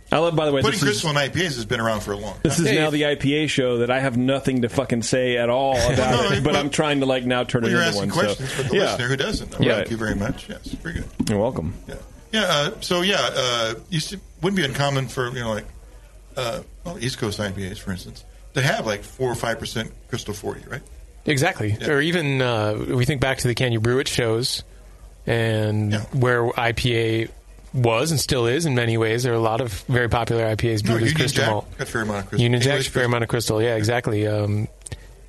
I love. By the way, putting this is, crystal in IPAs has been around for a long. time. this is now the IPA show that I have nothing to fucking say at all about it, but I'm trying to like now turn Well, it you're into one. asking questions so for the yeah. listener who doesn't. Yeah. Thank you very much. Yes, very good. You're welcome. Yeah. Uh, so yeah, uh, used to wouldn't be uncommon for you know like uh, well, East Coast IPAs, for instance, to have like four or five percent crystal forty, right? Exactly. Or even uh, we think back to the Can You Brew It shows and where IPA was and still is in many ways. There are a lot of very popular IPAs brewed with Union crystal Jack malt. got fair amount of crystal. Union Jack, English fair amount of crystal. Yeah, exactly. Um,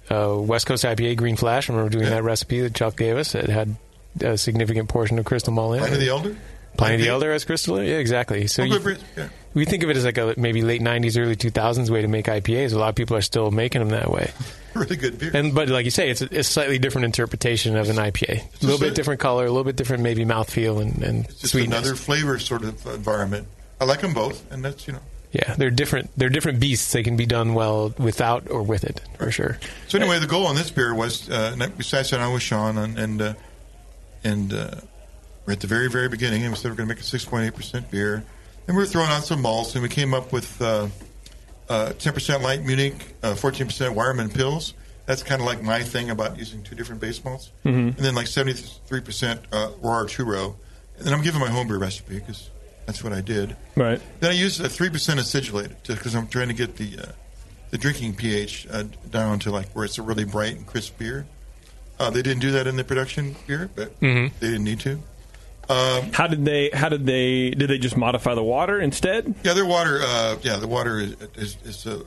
uh, West Coast IPA Green Flash. I remember doing that recipe that Chuck gave us. It had a significant portion of crystal malt in it. Pliny the Elder? Pliny the Elder as crystal. Yeah, exactly. So Well, you- good for it. Yeah. we think of it as like a maybe late '90s, early 2000s way to make IPAs. A lot of people are still making them that way. really good beer. And but like you say, it's a, it's slightly different interpretation of an IPA. A little bit different color, a little bit different maybe mouthfeel and and Just sweetness. another flavor sort of environment. I like them both, and that's you know. Yeah, they're different. They're different beasts. They can be done well without or with it for sure. So anyway, the goal on this beer was uh, and we sat down with Sean and and uh, and uh, we're at the very very beginning, and we said we're going to make a six point eight percent beer, and we were throwing out some malts, and we came up with ten percent light Munich, uh, fourteen percent Wireman pills. That's kind of like my thing about using two different base malts, Mhm. and Mm-hmm. then like seventy three percent raw churro. And then I'm giving my homebrew recipe because that's what I did. Right. Then I used a three percent acidulated because I'm trying to get the uh, the drinking pH uh, down to like where it's a really bright and crisp beer. Uh, they didn't do that in the production beer, but Mhm. they didn't need to. Uh, how did they? How did they? Did they just modify the water instead? Yeah, their water. Uh, yeah, the water is is, is uh,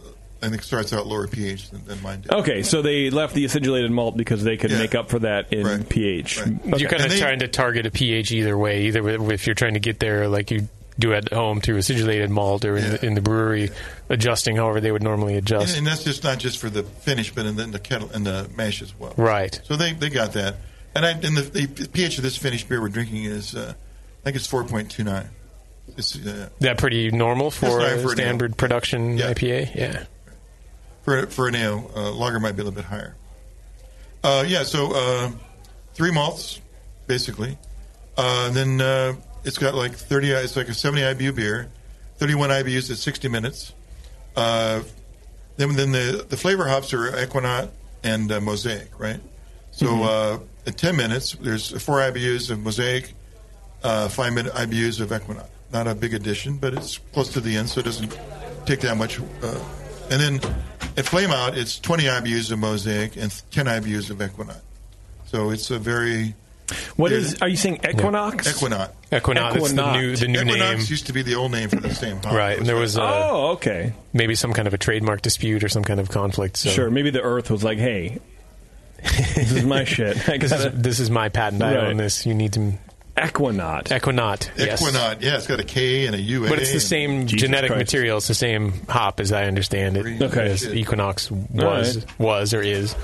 I think starts out lower pH than, than mine did. Okay, so they left the acidulated malt because they could make up for that in pH. Okay. You're kind of trying to target a pH either way. Either with- if you're trying to get there, like you do at home through acidulated malt or in, the, in the brewery, adjusting however they would normally And, adjust. and that's just not just for the finish, but in the, in the kettle and the mash as well. Right. So they, they got that, and I and the, the pH of this finished beer we're drinking is uh, I think it's four point two nine. It's uh, That pretty normal for That's a right, for an standard production IPA. Yeah. for for an ale. Uh, lager might be a little bit higher. Uh, yeah, so uh, three malts basically. Uh, and then uh, it's got like thirty. It's like a seventy IBU beer, thirty-one IBUs at sixty minutes. Uh, then then the the flavor hops are Equinot and uh, Mosaic, right? So Mm-hmm. uh, at ten minutes, there's four IBUs of Mosaic, uh, five minute IBUs of Equinot. Not a big addition, but it's close to the end, so it doesn't take that much. Uh, and then at Flame Out, it's 20 IBUs of Mosaic and 10 IBUs of Equinot. So it's a very. What is? Are you saying Equinox? Equinot. Equinot, that's the new- the new Equinox name. used to be the old name for the same hop. Right, and there was a, oh okay maybe some kind of a trademark dispute or some kind of conflict. So. Sure, maybe the Earth was like, "Hey, this is my shit. I this, gotta- is, this is my patent. I Right. own this. You need to Equinaut. Equinaut. Yes. Equinot. Yeah, it's got a K and a U. But it's the same genetic material. It's the same hop, as I understand it. Okay. As Equinox was, was or is.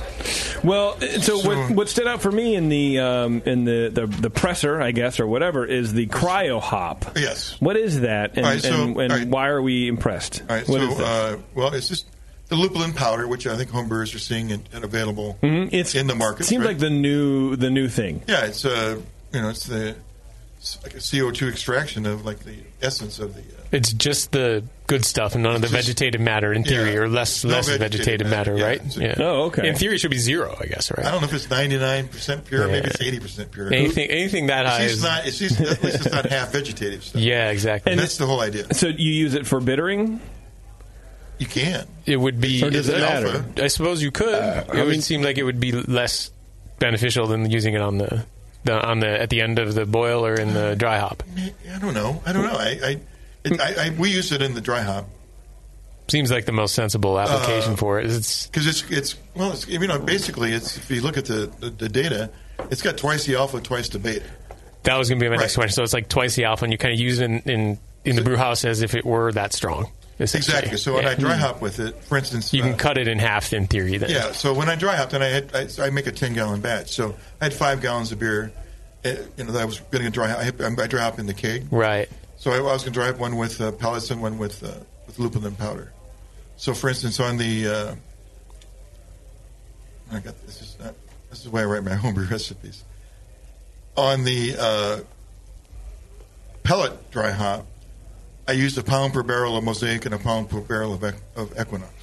Well, so what, what stood out for me in the um, in the, the the presser, I guess, or whatever, is the cryo hop. Yes. What is that, and, All right, so- and, and all right. why are we impressed? All right, What so is this? uh, well, it's just the lupulin powder, which I think homebrewers are seeing and, and available Mhm. It's in the market. seems right? like the new the new thing. yeah, it's uh, you know it's the it's like a CO2 extraction of like the essence of the It's just the good stuff and none of the vegetated matter in theory, or less No less vegetated vegetated matter, matter, yeah. Uh, right? So- Oh, okay. In theory, it should be zero, I guess, right? I don't know if it's 99% pure, Yeah. maybe it's 80% pure. Anything- anything that It's high just is- Not, it's just, at least it's not half vegetative stuff. Yeah, exactly. And that's the whole idea. So you use it for bittering? You can. It would be. Or does it matter? I suppose you could. it Uh, I would mean- seem like it would be less beneficial than using it on the, the on the at the end of the boil or in the dry hop. I don't know. I don't know. I, I, it, I, I we use it in the dry hop. Seems like the most sensible Uh, application for it. It's because it's it's well, it's, you know, basically, it's if you look at the, the, the data, it's got twice the alpha, twice the beta. that was going to be my next question. So it's like twice the alpha, and you kind of use it in in, in the brew house as if it were that strong. Hmm. Exactly. So when I dry hop with it, for instance, uh, you can cut it in half in theory. Then Yeah. So when I dry hop, then I had I, so I make a ten gallon batch. So I had five gallons of beer. uh, You know, that I was going to dry. hop- I, had- I dry hop in the keg. Right. So I, I was going to dry hop one with uh, pellets and one with uh, with lupulin powder. So for instance, on the uh, I got this is not, this is why I write my homebrew recipes. On the uh, pellet dry hop, I used a pound per barrel of mosaic and a pound per barrel of, Equ- of equinox.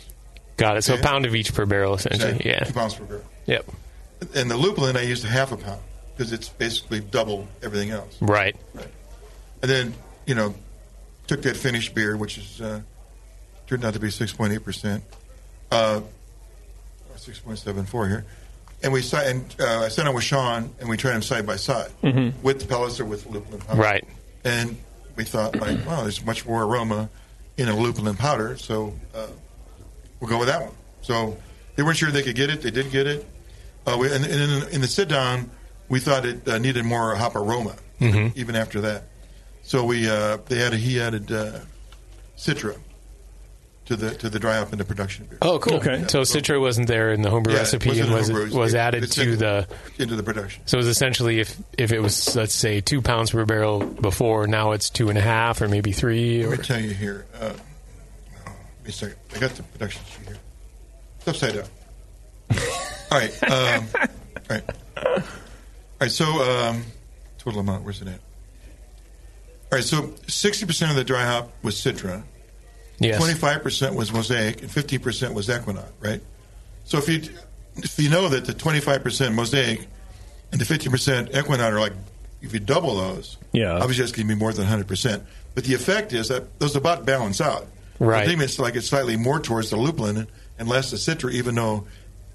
Got it. So a pound of each per barrel, essentially. Exactly. Yeah. Two pounds per barrel. Yep. And the lupulin, I used a half a pound because it's basically double everything else. Right. And then, you know, took that finished beer, which is uh, turned out to be 6.8%, uh, or 6.74 here. And we si- and uh, I sat down with Sean and we tried them side by side Mhm. with the pellets or with the lupulin powder. Right. And we thought, like, wow, there's much more aroma in a lupulin powder, so uh, we'll go with that one. So they weren't sure they could get it. They did get it. Uh, we, and, and in, in the sit down, we thought it uh, needed more hop aroma, Mhm. even after that. So we uh, they added he added uh, Citra to the to the dry up in the production beer. Oh, cool. So Citra wasn't there in the homebrew Yeah, it recipe, wasn't and in was homebrews. was It- added it's to in- the into the production. So it was essentially if if it was let's say two pounds per barrel before, now it's two and a half or maybe three. Or, Let me tell you here. Uh, wait a second. I got the production sheet here. It's upside down. all right. Um, all right. All right. So um, total amount. Where's it at? All right. So sixty percent of the dry hop was Citra. Yes. Twenty-five percent was Mosaic, and fifteen percent was Equinox. Right. So if you if you know that the twenty-five percent Mosaic and the fifteen percent Equinox are like, if you double those, Yeah. obviously it's going to be more than 100%. But the effect is that those about balance out. Right. The thing is, like, it's slightly more towards the lupulin and less the citra, even though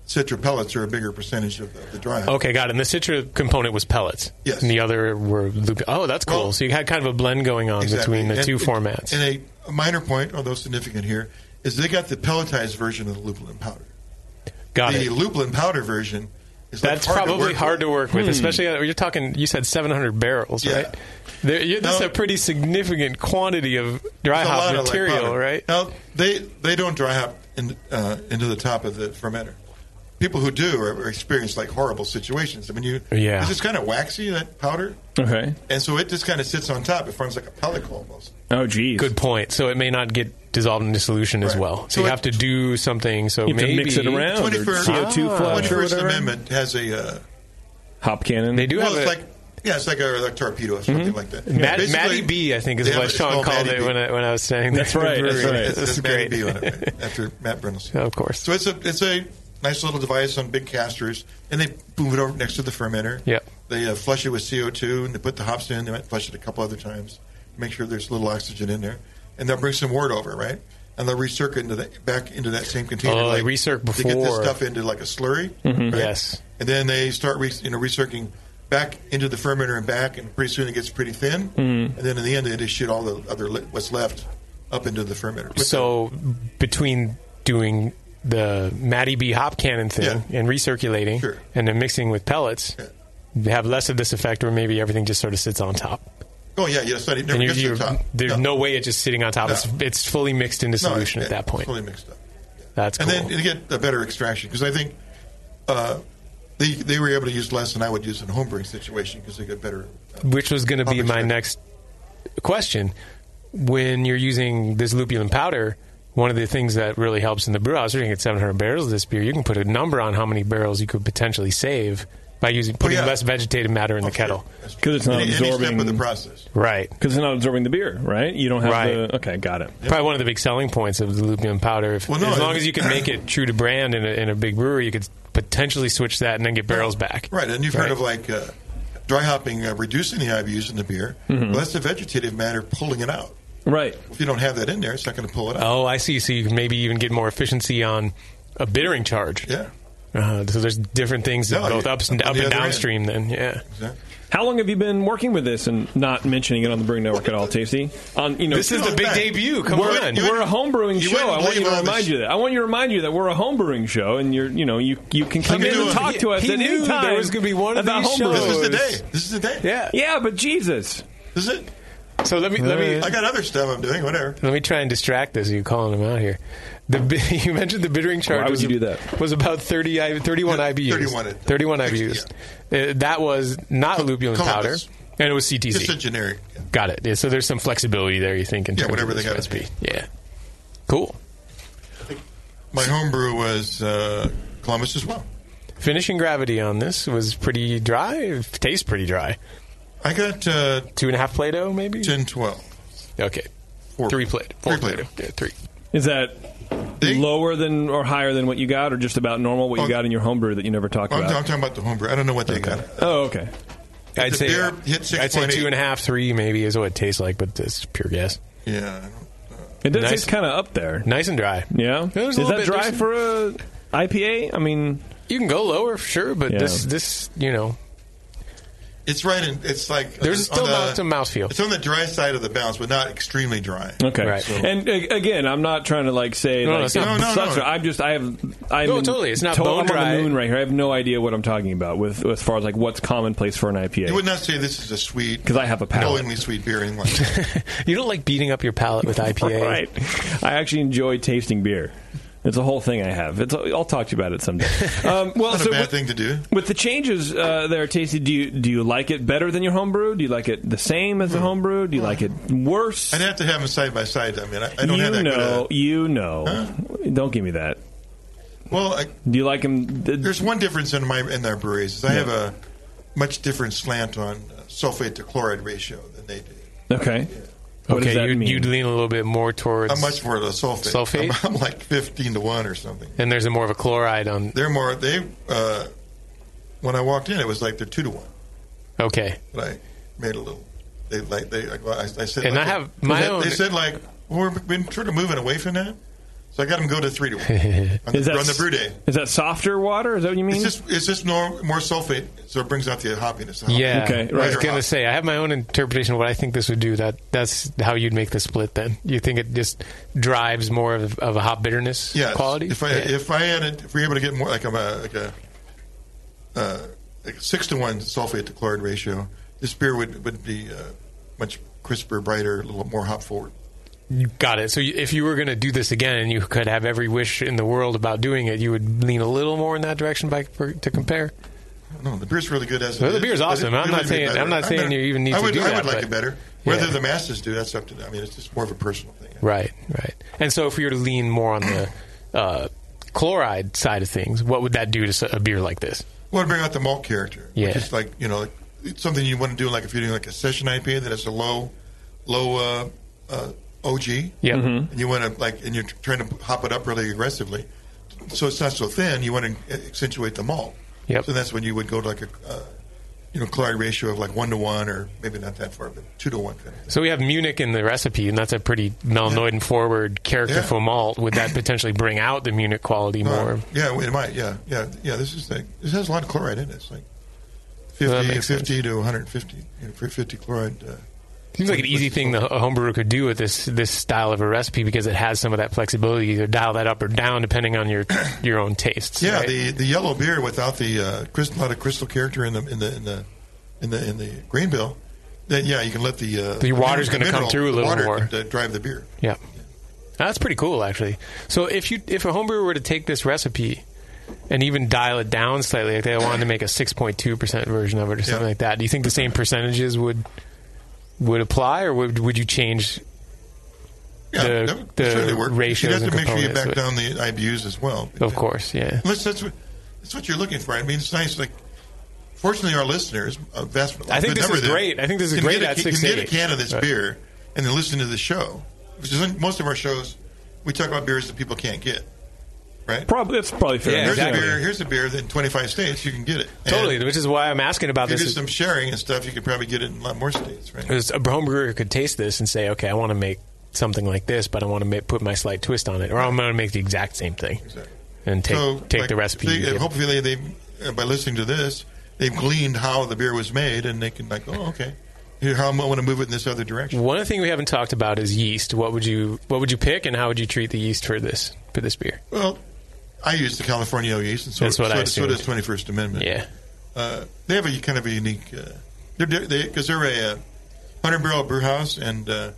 citra pellets are a bigger percentage of the, the dry hop. okay, got it. And the Citra component was pellets. Yes. And the other were loop. Oh, that's cool. so you had kind of a blend going on between the And- two and- formats. And a minor point, although significant here, is they got the pelletized version of the lupulin powder. got the it. lupulin powder version is like, That's hard to probably work hard to work with, Hmm. especially uh, you're talking. You said 700 barrels, right? There, you that's a pretty significant quantity of dry It's a lot hop of, like, material, powder. right? Now they they don't dry hop in, uh, into the top of the fermenter. People who do are, are experience like horrible situations. I mean, you Yeah. it's just kind of waxy that powder, Okay. and so it just kind of sits on top. It forms like a pellicle almost. Oh, geez. Good point. So it may not get dissolved into solution as well. So, So you it- have to do something. So You have to maybe mix it around or 21st Ah. CO2 flush or 21st whatever. Amendment has a uh, Hop cannon. They well, it's like yeah, it's like a, like torpedo or something like that. Mad- Basically, Maddie Mm-hmm. B, I think, is they have what a- it's Sean called called Matty it B. when I, when I was saying That's that. right, that's brewery. right. This That's is Matty great. B on it, right? After Matt Brennel's. Of course. So it's a it's a nice little device on big casters, and they move it over next to the fermenter. Yep. They uh, flush it with CO2, and they put the hops in. They might flush it a couple other times, make sure there's little oxygen in there, and they'll bring some wort over, right? And they'll recirc into that back into that same container. Oh, they like, recirc to get this before. stuff into like a slurry. Mhm. right? Yes. And then they start re- you know recircing back into the fermenter and back, and pretty soon it gets pretty thin. Mhm. And then in the end, they just shoot all the other li- what's left up into the fermenter. So between doing the Matty B hop cannon thing and recirculating and then mixing with pellets, you have less of this effect, or maybe everything just sort of sits on top. Oh yeah, yeah. It's not, it never and gets to you're, the top. you're- there's no. way it's just sitting on top. No. It's, it's fully mixed into No, solution yeah, at that point. Fully mixed up. That's cool. and then you get a better extraction because I think uh, they they were able to use less than I would use in a homebrewing situation because they get better. which was going to be my next question. When you're using this lupulin powder, one of the things that really helps in the brew house, you're going to get 700 barrels of this beer. You can put a number on how many barrels you could potentially save by using putting Oh, yeah. less vegetative matter in the kettle. Because it's not absorbing Right. Because it's not absorbing the beer, right? You don't have Right. the. Okay, got it. Probably one of the big selling points of the Lupion powder. If, Well, no, as it- long as you can make it true to brand in a, in a big brewery, you could potentially switch that and then get barrels back. Right, and you've heard of like uh, dry hopping uh, reducing the IBUs in the beer. Mhm. Well, that's the vegetative matter pulling it out. Mm-hmm. Right. If you don't have that in there, it's not going to pull it out. Oh, I see. So you can maybe even get more efficiency on a bittering charge. Yeah. Uh, so there's different things No, both you- ups and on up the and other end. downstream. Then, yeah. How long have you been working with this and not mentioning it on the Brewing Network at all, Tasty? On you know, This is the big We're- debut. Come we're, on. we're a homebrewing You show. wouldn't I want you believe to all remind this- you that. I want you to remind you that we're a homebrewing show, and you're you know you you can come in and talk to us He at knew any time. there was going to be one of about these homebrewing. shows. This is the day. Yeah. Yeah, but Jesus. This is it. So let me let me. I got other stuff I'm doing. Whatever. Let me try and distract this. You calling him out here? The bi- you mentioned the bittering charge. would was you do that? Was about 30, I- 31 IBUs. 31 it- 31 IBUs. Uh, that was not lupulin Columbus. powder, and it was CTC. Just a generic. Got it. Yeah, so there's some flexibility there. You think in Yeah, terms whatever of they this got. recipe. Yeah. Cool. My homebrew was uh, Columbus as well. Finishing gravity on this was pretty dry. It tastes pretty dry. I got uh, two and a half Play-Doh, maybe. Ten twelve. Okay. Three plate. Four Play-Doh. Yeah, three. Is that lower than or higher than what you got, or just about normal what you got in your homebrew that you never talked I'm, about? I'm talking about the homebrew. I don't know what they got. oh, okay. I'd The say, uh, beer hit I'd say 6.8. two and a half, three maybe is what it tastes like, but it's pure guess. Yeah. uh, It does Nice. taste kind of up there. Nice and dry. Yeah. Is There's a little that bit- dry there's- for a IPA? I mean, you can go lower for sure, but Yeah. this this you know It's right in. It's like There's on still the- about some mouthfeel. It's on the dry side of the balance, but not extremely dry. Okay. Right. And a- again, I'm not trying to like say No, no, like it's not- No, no, such no. a- I'm just I have I'm No, in totally, it's not total- I'm bone on dry. the moon right here. I have no idea what I'm talking about with as far as like what's commonplace for an You IPA would not say this is a sweet, because I have a palate. knowingly sweet beer in you don't like beating up your palate with IPA. right. I actually enjoy tasting beer. It's a whole thing I have. It's, I'll talk to you about it someday. Um, well, not so a bad with, thing to do. with the changes uh, there, Tasty, do you do you like it better than your homebrew? Do you like it the same as the homebrew? Do you like it worse? Hmm. I'd have to have them side by side. I mean, I, I don't you have that. good know, a- you know. Don't give me that. well, I, Do you like them? there's one difference in my in their breweries. Is I have a much different slant on uh, sulfate to chloride ratio than they do. Okay. What does Okay, that you, mean? you'd lean a little bit more towards I'm much more the sulfate. Sulfate? I'm, I'm like 15 to one or something. and there's a more of a chloride on. They're more. They uh, when I walked in, it was like they're two to one. Okay, But I made a little. They like they. I, I said. And like- I have my they, own- They said like we're been sort of moving away from that. So I got them go to three to one on, Is the, that on the brew day. Is that softer water? Is that what you mean? It's just it's just more, more sulfate, so it brings out the hoppiness. The yeah. hoppiness. I was Right. gonna say I have my own interpretation of what I think this would do. That that's how you'd make the split. Then you think it just drives more of, of a hop bitterness Yes. quality. If I Yeah. if I had it, if we were able to get more like a like a, uh, like a six to one sulfate to chloride ratio, this beer would would be uh, much crisper, brighter, a little more hop forward. You got it. So you- if you were going to do this again, and you could have every wish in the world about doing it, you would lean a little more in that direction by, for, to compare. No, the beer's really good as it Well, the is, beer's but it- awesome. I'm it not would be saying- better. I'm not saying gonna- you even need I to would, do I that, would like but- it better. Whether Yeah. the masses do, that's up to them. I mean, it's just more of a personal thing. Right, right. And so if we were to lean more on the uh, chloride side of things, what would that do to s- a beer like this? Well, to bring out the malt character, Yeah. which is like you know, like, it's something you want to do. Like if you're doing like a session IPA that has a low, low uh, uh, OG, Yeah. Mhm. and you want to like, and you're trying to hop it up really aggressively, so it's not so thin. You want to accentuate the malt. Yep. So that's when you would go to like a, uh, you know, chloride ratio of like one to one, or maybe not that far, but two to one. Kind of. So we have Munich in the recipe, and that's a pretty melanoidin forward, characterful malt. Would that potentially bring out the Munich quality more? Yeah, it might. Yeah, yeah, yeah. This is like this has a lot of chloride in it. It's like 50, 50 to 150, you know, 50 chloride. Uh, Seems like an easy thing the a home brewer could do with this this style of a recipe because it has some of that flexibility. You could dial that up or down depending on your your own tastes. Yeah, right? the, the yellow beer without the uh, crystal, lot of crystal character in the in the in the in the, in the grain bill, then yeah, you can let the uh, The water's the gonna come mineral- through a the little water more. to drive the beer. yeah. That's pretty cool, actually. So if you if a home brewer were to take this recipe and even dial it down slightly, like they wanted to make a six point two percent version of it or something like that, do you think the same percentages would would apply, or would would you change the Certainly the work. ratios You'd have and to make sure you components? back down the IBUs as well. Of course, yeah. Unless that's what that's what you're looking for. I mean, it's nice like Fortunately, our listeners, uh, a vast a I think this good number is of them, great. I think this is can great Get at a, can get a 680. can of this Right. beer and then listen to the show. Which is most of our shows, we talk about beers that people can't get. Right? Probably that's probably fair. Yeah, here's exactly. a beer. Here's a beer that in 25 states you can get it. Totally, which is why I'm asking about if you this. do some sharing and stuff, you could probably get it in a lot more states, right? Because a home brewer could taste this and say, okay, I want to make something like this, but I want to ma- put my slight twist on it, or I'm going to make the exact same thing and take take like, the recipe. they- you give. hopefully, they uh, by listening to this, they've gleaned how the beer was made, and they can like, oh, okay, here how I want to move it in this other direction. One other thing we haven't talked about is yeast. What would you what would you pick, and how would you treat the yeast for this for this beer? Well, I use the California yeast, and so, That's what so, I so assumed. does Twenty First Amendment. Yeah, uh, they have a kind of a unique. Uh, they're because they, 'cause they're a uh, hundred barrel brew house and uh,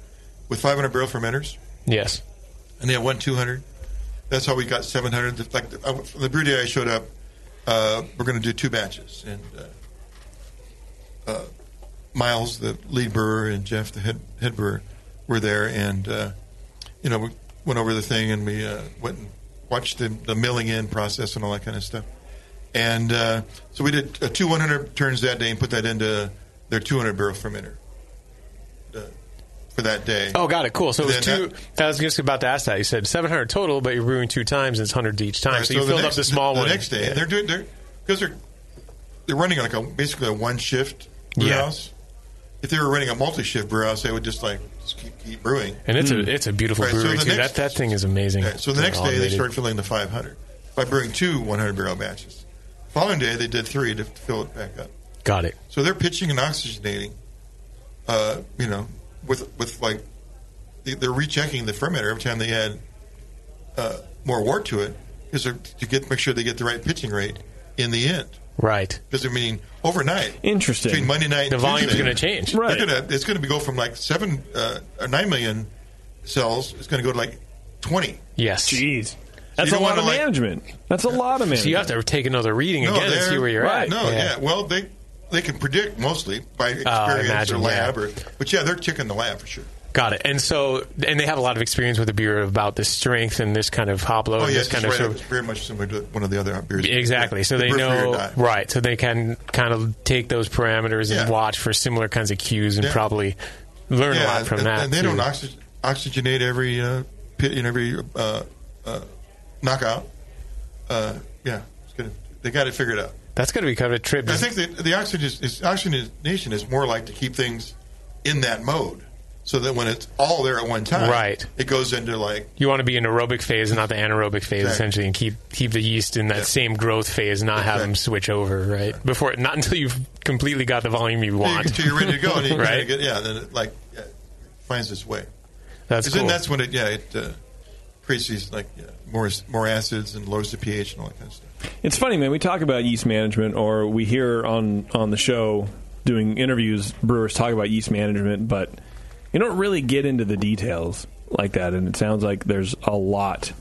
with five hundred barrel fermenters. Yes. and they had one 200. That's how we got 700. The- Like the, uh, the brew day I showed up, uh, we're going to do two batches, and uh, uh, Miles, the lead brewer, and Jeff, the head head brewer, were there, and uh, you know we went over the thing, and we uh, went and watched the, the milling in process and all that kind of stuff, and uh, so we did uh, two 100 turns that day and put that into their 200 barrel fermenter uh, for that day. Oh, got it. Cool. So it was Then two. I was just about to ask that. You said 700 total, but you're brewing two times, and it's 100 each time. Right, so you filled up the small the one next day. Yeah. They're doing they're because they're they're running like a basically a one shift brew Yeah. house. If they were running a multi shift brew house, they would just like just keep, keep brewing. And it's a it's a beautiful Right, so brewery the too. next- that that thing is amazing. Right, so the next day they Automated. started filling the 500 by brewing two 100 barrel batches. Following day they did three to fill it back up. Got it. So they're pitching and oxygenating, uh, you know, with with like they- they're rechecking the fermenter every time they add uh, more wort to it, is to get make sure they get the right pitching rate in the end. Right. Because I mean, overnight, Interesting. Between Monday night, and The volume's Tuesday, gonna change. they're Right. gonna- it's going to go from like seven uh, or nine million cells. It's going to go to like twenty. Yes. Jeez. That's you don't a lot wanna, of like- management. That's a lot of So you have to take another reading again and they're- see where you're at. Oh, No, yeah. Well, they they can predict mostly by I experience imagine, or lab, yeah. or but yeah, they're checking the lab for sure. Got it. And so, and they have a lot of experience with the beer about the strength and this kind of hop load oh and yeah, this it's kind right, of so- it's very much similar to one of the other beers. Exactly. So The they brew for your know diet. right. So they can kind of take those parameters and Yeah. watch for similar kinds of cues and Yeah. probably learn a lot from and, that. And they too. don't oxy- oxygenate every uh, pit in every uh, uh, knockout. Uh, yeah, it's gonna, they got it figured out. That's going to be kind of a trip. I think the, the oxygen is, oxygenation is more like to keep things in that mode, so that when it's all there at one time, Right. it goes into like you want to be in aerobic phase, not the anaerobic phase, Exactly. essentially, and keep keep the yeast in that same growth phase, not have them switch over right before, not until you've completely got the volume you want. until you're ready to go, and you right? Get, yeah, then it like yeah, finds its way. That's 'Cause then cool. that's when it yeah it uh, creates these like yeah, more more acids and lowers the pH and all that kind of stuff. It's funny, man. We talk about yeast management, or we hear on on the show doing interviews, brewers talk about yeast management, but you don't really get into the details like that. And it sounds like there's a lot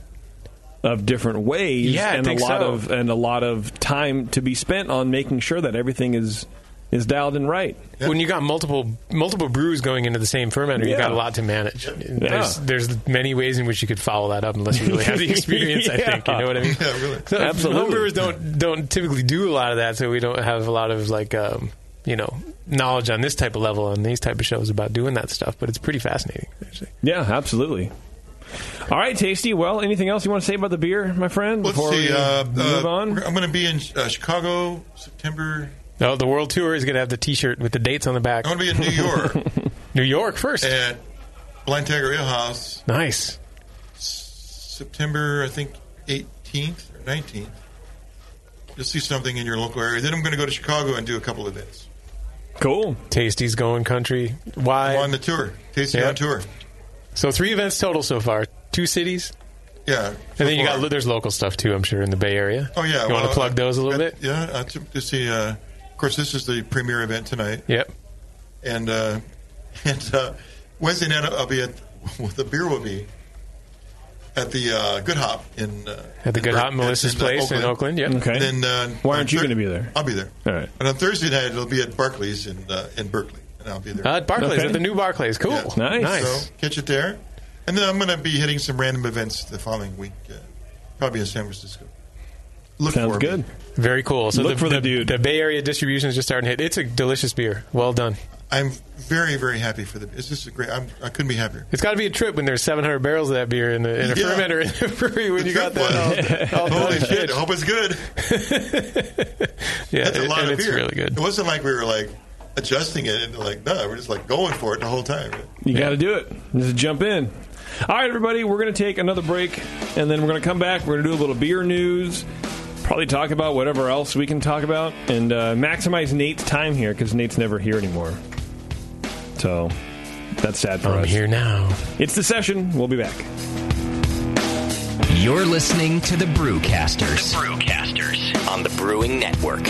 of different ways, Yeah, I and think a lot so. of and a lot of time to be spent on making sure that everything is is dialed in right. When you got multiple multiple brews going into the same fermenter, you Yeah. got a lot to manage. There's there's many ways in which you could follow that up unless you really have the experience. I think you know what I mean. Yeah, really. So Homebrewers don't don't typically do a lot of that, so we don't have a lot of like um, you know knowledge on this type of level and these type of shows about doing that stuff. But it's pretty fascinating. Actually. Yeah, absolutely. All right, Tasty. Well, anything else you want to say about the beer, my friend? Let's before see. we uh, move uh, on, we're- I'm going to be in uh, Chicago September. Oh, the world tour is going to have the T-shirt with the dates on the back. I'm going to be in New York New York first. at Blind Tiger Ale House Nice. September I think 18th or 19th. You'll see something in your local area. Then I'm going to go to Chicago and do a couple events. Cool. Tasty's going country. Why on the tour? Tasty Yeah. on tour. So three events total so far. Two cities. Yeah. And then you got there's local stuff too. I'm sure in the Bay Area. Oh yeah. You want to plug those a little bit? Yeah. Uh, to, to see. Uh, of course, this is the premier event tonight. Yep. And uh, and uh, Wednesday night I'll be at the beer will be at the uh, Good Hop in uh, At the Good Hop, Melissa's uh, place in Oakland. Yep. Okay. And then, uh, Why aren't on you going to be there? I'll be there. All right. And on Thursday night it'll be at Barclays in uh, in Berkeley, and I'll be there. Uh, at Barclays, Okay. at the new Barclays. Cool. Yeah. So catch it there, and then I'm going to be hitting some random events the following week, uh, probably in San Francisco. Look Sounds for me. good. Very cool. So Look the, for the dude. The Bay Area distribution is just starting to hit. It's a delicious beer. Well done. I'm very, very happy for the. It's just a great. I'm, I couldn't be happier. It's got to be a trip when there's 700 barrels of that beer in, the, in a Yeah. fermenter in the brewery when you got that. All, all Holy done. shit! I hope it's good. Yeah, That's a and- lot and of it's beer. really good. It wasn't like we were like adjusting it and like no, we're just like going for it the whole time. You got to do it. Just jump in. All right, everybody, we're going to take another break, and then we're going to come back. We're going to do a little beer news, probably talk about whatever else we can talk about, and uh, maximize Nate's time here because Nate's never here anymore. So that's sad for us. I'm here now. It's the session. We'll be back. You're listening to the Brewcasters. Brewcasters on the Brewing Network.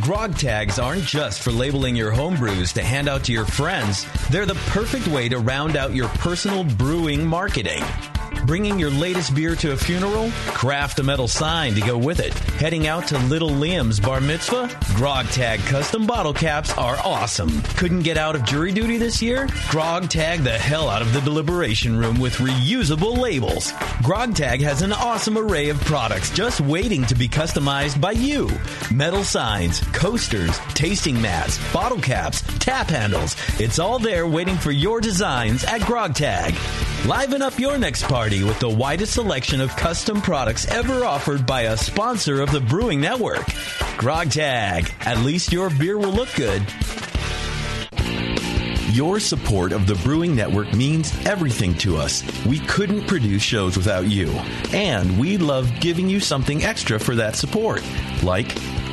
Grog tags aren't just for labeling your home brews to hand out to your friends. They're the perfect way to round out your personal brewing marketing. Bringing your latest beer to a funeral? Craft a metal sign to go with it. Heading out to Little Liam's bar mitzvah? Grog Tag custom bottle caps are awesome. Couldn't get out of jury duty this year? Grog Tag the hell out of the deliberation room with reusable labels. Grog Tag has an awesome array of products just waiting to be customized by you. Metal signs, coasters, tasting mats, bottle caps, tap handles. It's all there waiting for your designs at GrogTag. Liven up your next party with the widest selection of custom products ever offered by a sponsor of the Brewing Network. GrogTag. At least your beer will look good. Your support of the Brewing Network means everything to us. We couldn't produce shows without you, and we love giving you something extra for that support, like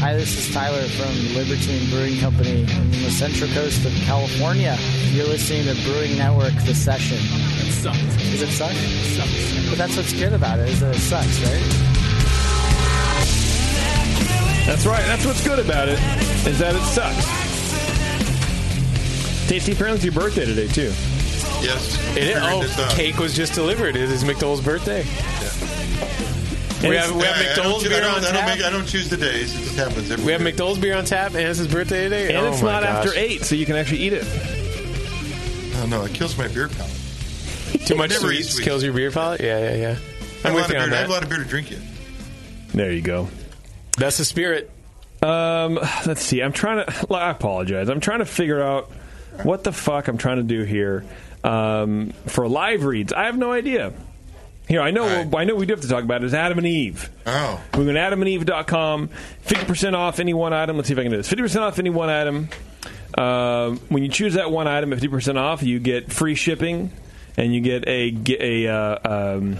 Hi, this is Tyler from Libertine Brewing Company from the Central Coast of California. You're listening to Brewing Network The Session. It sucks. Does it suck? sucks. But that's what's good about it, is that it sucks, right? That's right. That's what's good about it is that it sucks. Tasty, apparently it's your birthday today too. Yes. It is. uh, Oh, cake was just delivered. It is McDowell's birthday. We have, we have Yeah, I don't McDowell's choo- I beer don't- on I don't, tap. make- I don't choose the days. It just happens. Every We have McDowell's beer on tap, and it's his birthday today. And Oh it's my not gosh. after eight, so you can actually eat it. Oh no, it kills my beer palate. Too much Never eat sweets sweets. kills your beer palate. Yeah, yeah, yeah. I I'm have a with lot you of on beer- I have a that. lot of beer to drink yet. There you go. That's the spirit. Um, let's see. I'm trying to. I apologize. I'm trying to figure out what the fuck I'm trying to do here um, for live reads. I have no idea. Here, I know. I know. We do have to talk about is Adam and Eve. Oh, we go to AdamandEve.com. Fifty percent off any one item. Let's see if I can do this. Fifty percent off any one item. Um, when you choose that one item, at fifty percent off, you get free shipping, and you get a get a. Uh, um,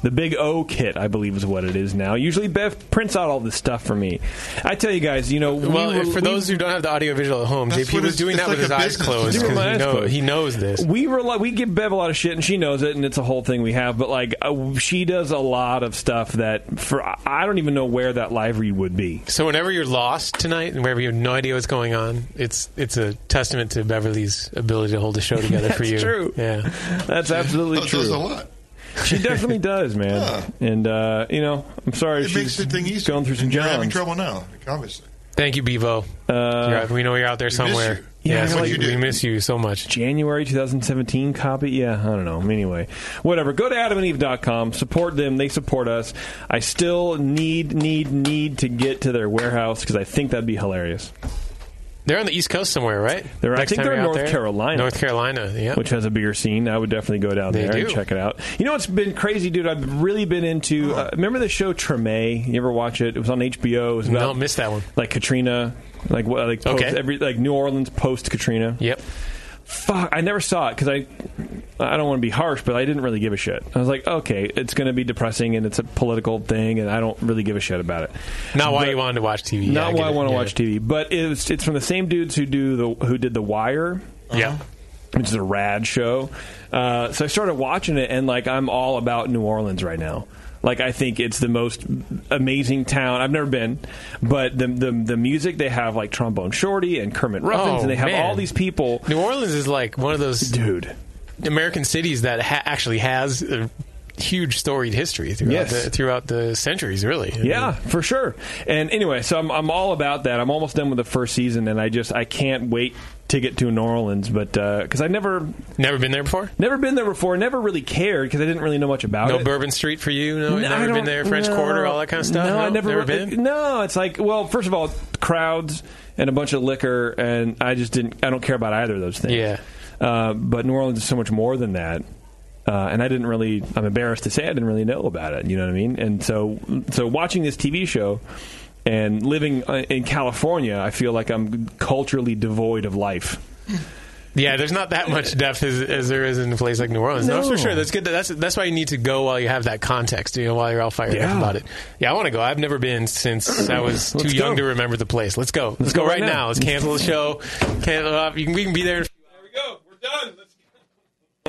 the Big O kit, I believe, is what it is now. Usually, Bev prints out all this stuff for me. I tell you guys, you know, we Well, were- we- for those who don't have the audio visual at home, That's JP what was it's- doing it's that like with his a eyes business. closed. Doing it with 'cause my he, eyes know- closed. he knows this. We rely, we give Bev a lot of shit, and she knows it, and it's a whole thing we have. But like, uh, she does a lot of stuff that for I don't even know where that live read would be. So whenever you're lost tonight and wherever you have no idea what's going on, it's it's a testament to Beverly's ability to hold the show together for That's you. true. Yeah. That's Oh, Oh, absolutely true. She definitely does, man. And uh, you know, I'm sorry if she's going through some You're having jobs. trouble now, obviously. Thank you, Uh, Bevo. You're out- we know you're out there miss somewhere. you. Yeah, Yes, like we, you do. we miss you so much. January 2017 copy? Yeah, I don't know. Anyway, whatever. Go to adamandeve.com. Support them. They support us. I still need, need, need to get to their warehouse because I think that'd be hilarious. They're on the East Coast somewhere, right? They're, I Next think time they're in you're out North there? Carolina. North Carolina, yeah. Which has a bigger scene. I would definitely go down They there and do. check it out. You know what's been crazy, dude? I've really been into. Uh, remember the show Treme? You ever watch it? It was on HBO. It was about, No, missed that one. Like Katrina, like what- like post, Okay. every like New Orleans post Katrina. Yep. Fuck, I never saw it because I I don't want to be harsh, but I didn't really give a shit. I was like, okay, it's going to be depressing and it's a political thing, and I don't really give a shit about it. Not why But- you wanted to watch TV. not yeah, why I want to watch watch TV, but it's it's from the same dudes who do the who did the Wire. Uh-huh. Yeah. Which is a rad show. Uh, so I started watching it, and like I'm all about New Orleans right now. Like I think it's the most amazing town. I've never been, but the the, the music they have like Trombone Shorty and Kermit Ruffins, Oh, and they have man. all these people. New Orleans is like one of those dude American cities that ha- actually has a huge storied history throughout Yes. the, throughout the centuries, really. Yeah, for sure. And anyway, so I'm, I'm all about that. I'm almost done with the first season, and I just I can't wait to get to New Orleans, but because I never never been there before. Never been there before. Never really cared because I didn't really know much about No it. Bourbon Street for you. No, I never don't- been there. French no. Quarter, all that kind of stuff. No, I never never been. No, it's like well, first of all, crowds and a bunch of liquor, and I just didn't. I don't care about either of those things. Yeah. Uh, but New Orleans is so much more than that. Uh, and I didn't really. I'm embarrassed to say I didn't really know about it. You know what I mean? And so, so watching this TV show and living uh, in California, I feel like I'm culturally devoid of life. Yeah, there's not that much depth as, as there is in a place like New Orleans. No, that's No. for sure. That's good. that- That's that's why you need to go while you have that context. You know, while you're all fired Yeah. up about it. Yeah, I want to go. I've never been since I was too Let's young go. to remember the place. Let's go. Let's, go, right now. uh, Let's cancel the show. Cancel it off. You can, we can be there.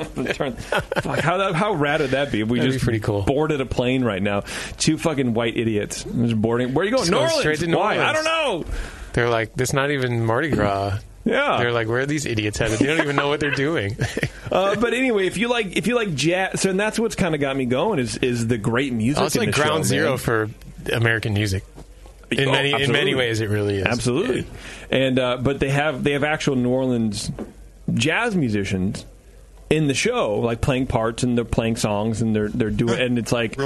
Turn- Fuck, how that, how rad would that be? If we That'd be just pretty cool. boarded a plane right now. Two fucking white idiots just boarding. Where are you going? Just New going Orleans. straight to New Why? Orleans. I don't know. They're like, that's not even Mardi Gras. Yeah. They're like, where are these idiots headed? They don't even know what they're doing. Uh, but anyway, if you like, if you like jazz, and that's what's kind of got me going is is the great music. Oh, it's in like the ground show, zero man. for American music. In Oh, many in absolutely. many ways, it really is. Absolutely. And uh, but they have they have actual New Orleans jazz musicians in the show, like playing parts and they're playing songs and they're they're doing and it's like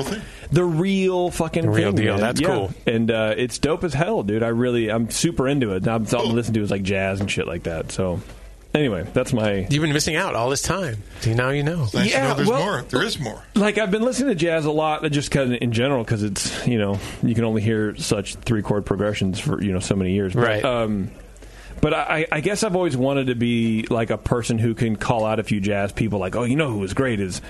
the real fucking Real thing, deal. man. That's Yeah. cool. And uh, it's dope as hell, dude. I really I'm super into it. I'm all I listen to is like jazz and shit like that. So anyway, that's my You've been missing out all this time. See, now you know. Nice to Yeah, know there's well- more. There is more. like I've been listening to jazz a lot, just kind of in general, because it's you know you can only hear such three chord progressions for you know so many years, but, Right. Um, but I, I guess I've always wanted to be like a person who can call out a few jazz people, like oh you know who was great is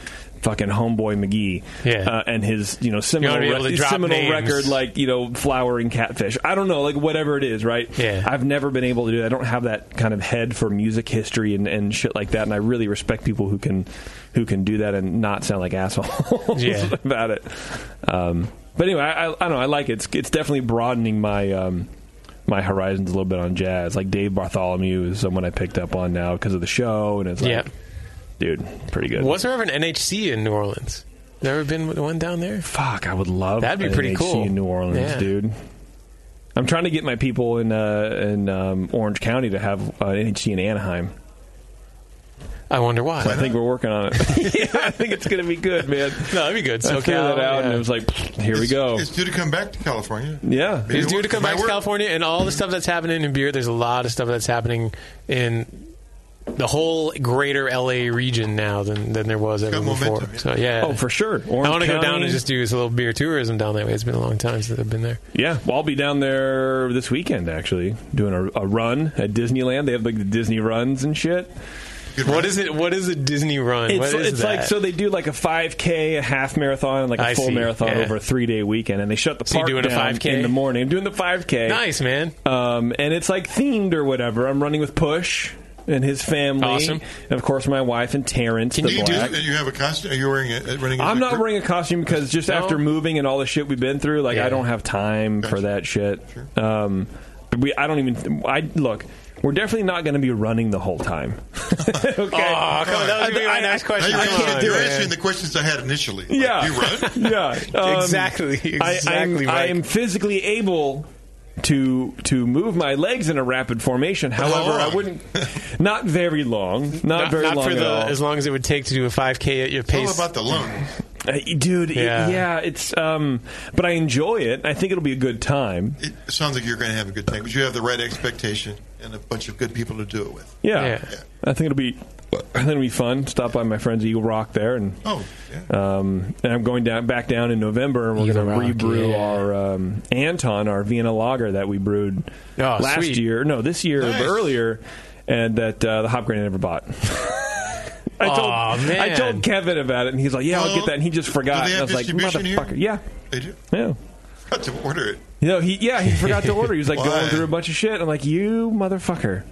fucking homeboy McGee, Yeah. uh, and his you know seminal, be able re- to drop seminal names. record like you know flowering catfish. I don't know, like whatever it is, right? Yeah. I've never been able to do that. I don't have that kind of head for music history and, and shit like that. And I really respect people who can who can do that and not sound like assholes Yeah. about it. Um, but anyway, I, I, I don't know. I like it. It's, it's definitely broadening my um, my horizons a little bit on jazz. Like Dave Bartholomew is someone I picked up on now because of the show, and it's like, Yeah. dude, pretty good. Was there ever an NHC in New Orleans? There ever been one down there? Fuck, I would love That'd be an pretty NHC cool. in New Orleans, Yeah. dude. I'm trying to get my people in uh, in um, Orange County to have uh, an NHC in Anaheim. I wonder why. I think we're working on it. yeah, I think it's going to be good, man. No, that'd be good. I So threw that out, and it was like, here we go. It's due to come back to California. Yeah, He's due to come My back to work- California, and all the stuff that's happening in beer. There's a lot of stuff that's happening in the whole greater LA region now than, than there was ever got before. momentum, yeah. So yeah, Oh, for sure. Orange I want to go down County. and just do a little beer tourism down that way. It's been a long time since I've been there. Yeah, well, I'll be down there this weekend actually, doing a, a run at Disneyland. They have like the Disney runs and shit. What is it? What is a Disney run? It's, what is it's that? like so they do like a 5K, a half marathon, and like a I full see, marathon yeah. over a three day weekend, and they shut the So you're park doing a down 5K? in the morning. I'm doing the 5K. nice, man. um, and it's like themed or whatever. I'm running with Push and his family, Awesome. and of course my wife and Terrence. Do the you do black. that? You have a costume? Are you wearing it? uh, Running I'm not wearing a costume because just No? after moving and all the shit we've been through, like Yeah. I don't have time for that shit. Um, but we, I don't even. I look. We're definitely not going to be running the whole time. okay. Oh, come on, that was gonna be my next question. Now I you're, can't answering, do you're it. answering the questions I had initially. Like, Yeah. you run? yeah. Um, Exactly, I, I'm- exactly, I Mike. am physically able to to move my legs in a rapid formation. However, I long? wouldn't. Not very long. Not, very not long for at the all. as long as it would take to do a 5K at your It's pace. all about the loan. Uh, dude it- yeah. Yeah. it's um but i enjoy it i think it'll be a good time It sounds like you're going to have a good time because you have the right expectation and a bunch of good people to do it with. yeah, Yeah. i think it'll be i think it'll be fun stop by my friends eagle rock there and Oh, yeah. um and i'm going down back down in november and we're Eagle going Rock, to rebrew yeah. our um anton our vienna lager that we brewed Oh, last sweet. year no this year Nice. but earlier and that uh, the hop grain I never bought I told Aw, man. I told Kevin about it, and he's like, "Yeah, I'll Oh. get that." And he just forgot. Do and they I have was like, distribution here? "Motherfucker, yeah, They do. yeah." Got to order it. You know, he yeah, he forgot to order. He was like Why? going through a bunch of shit. I'm like, you motherfucker,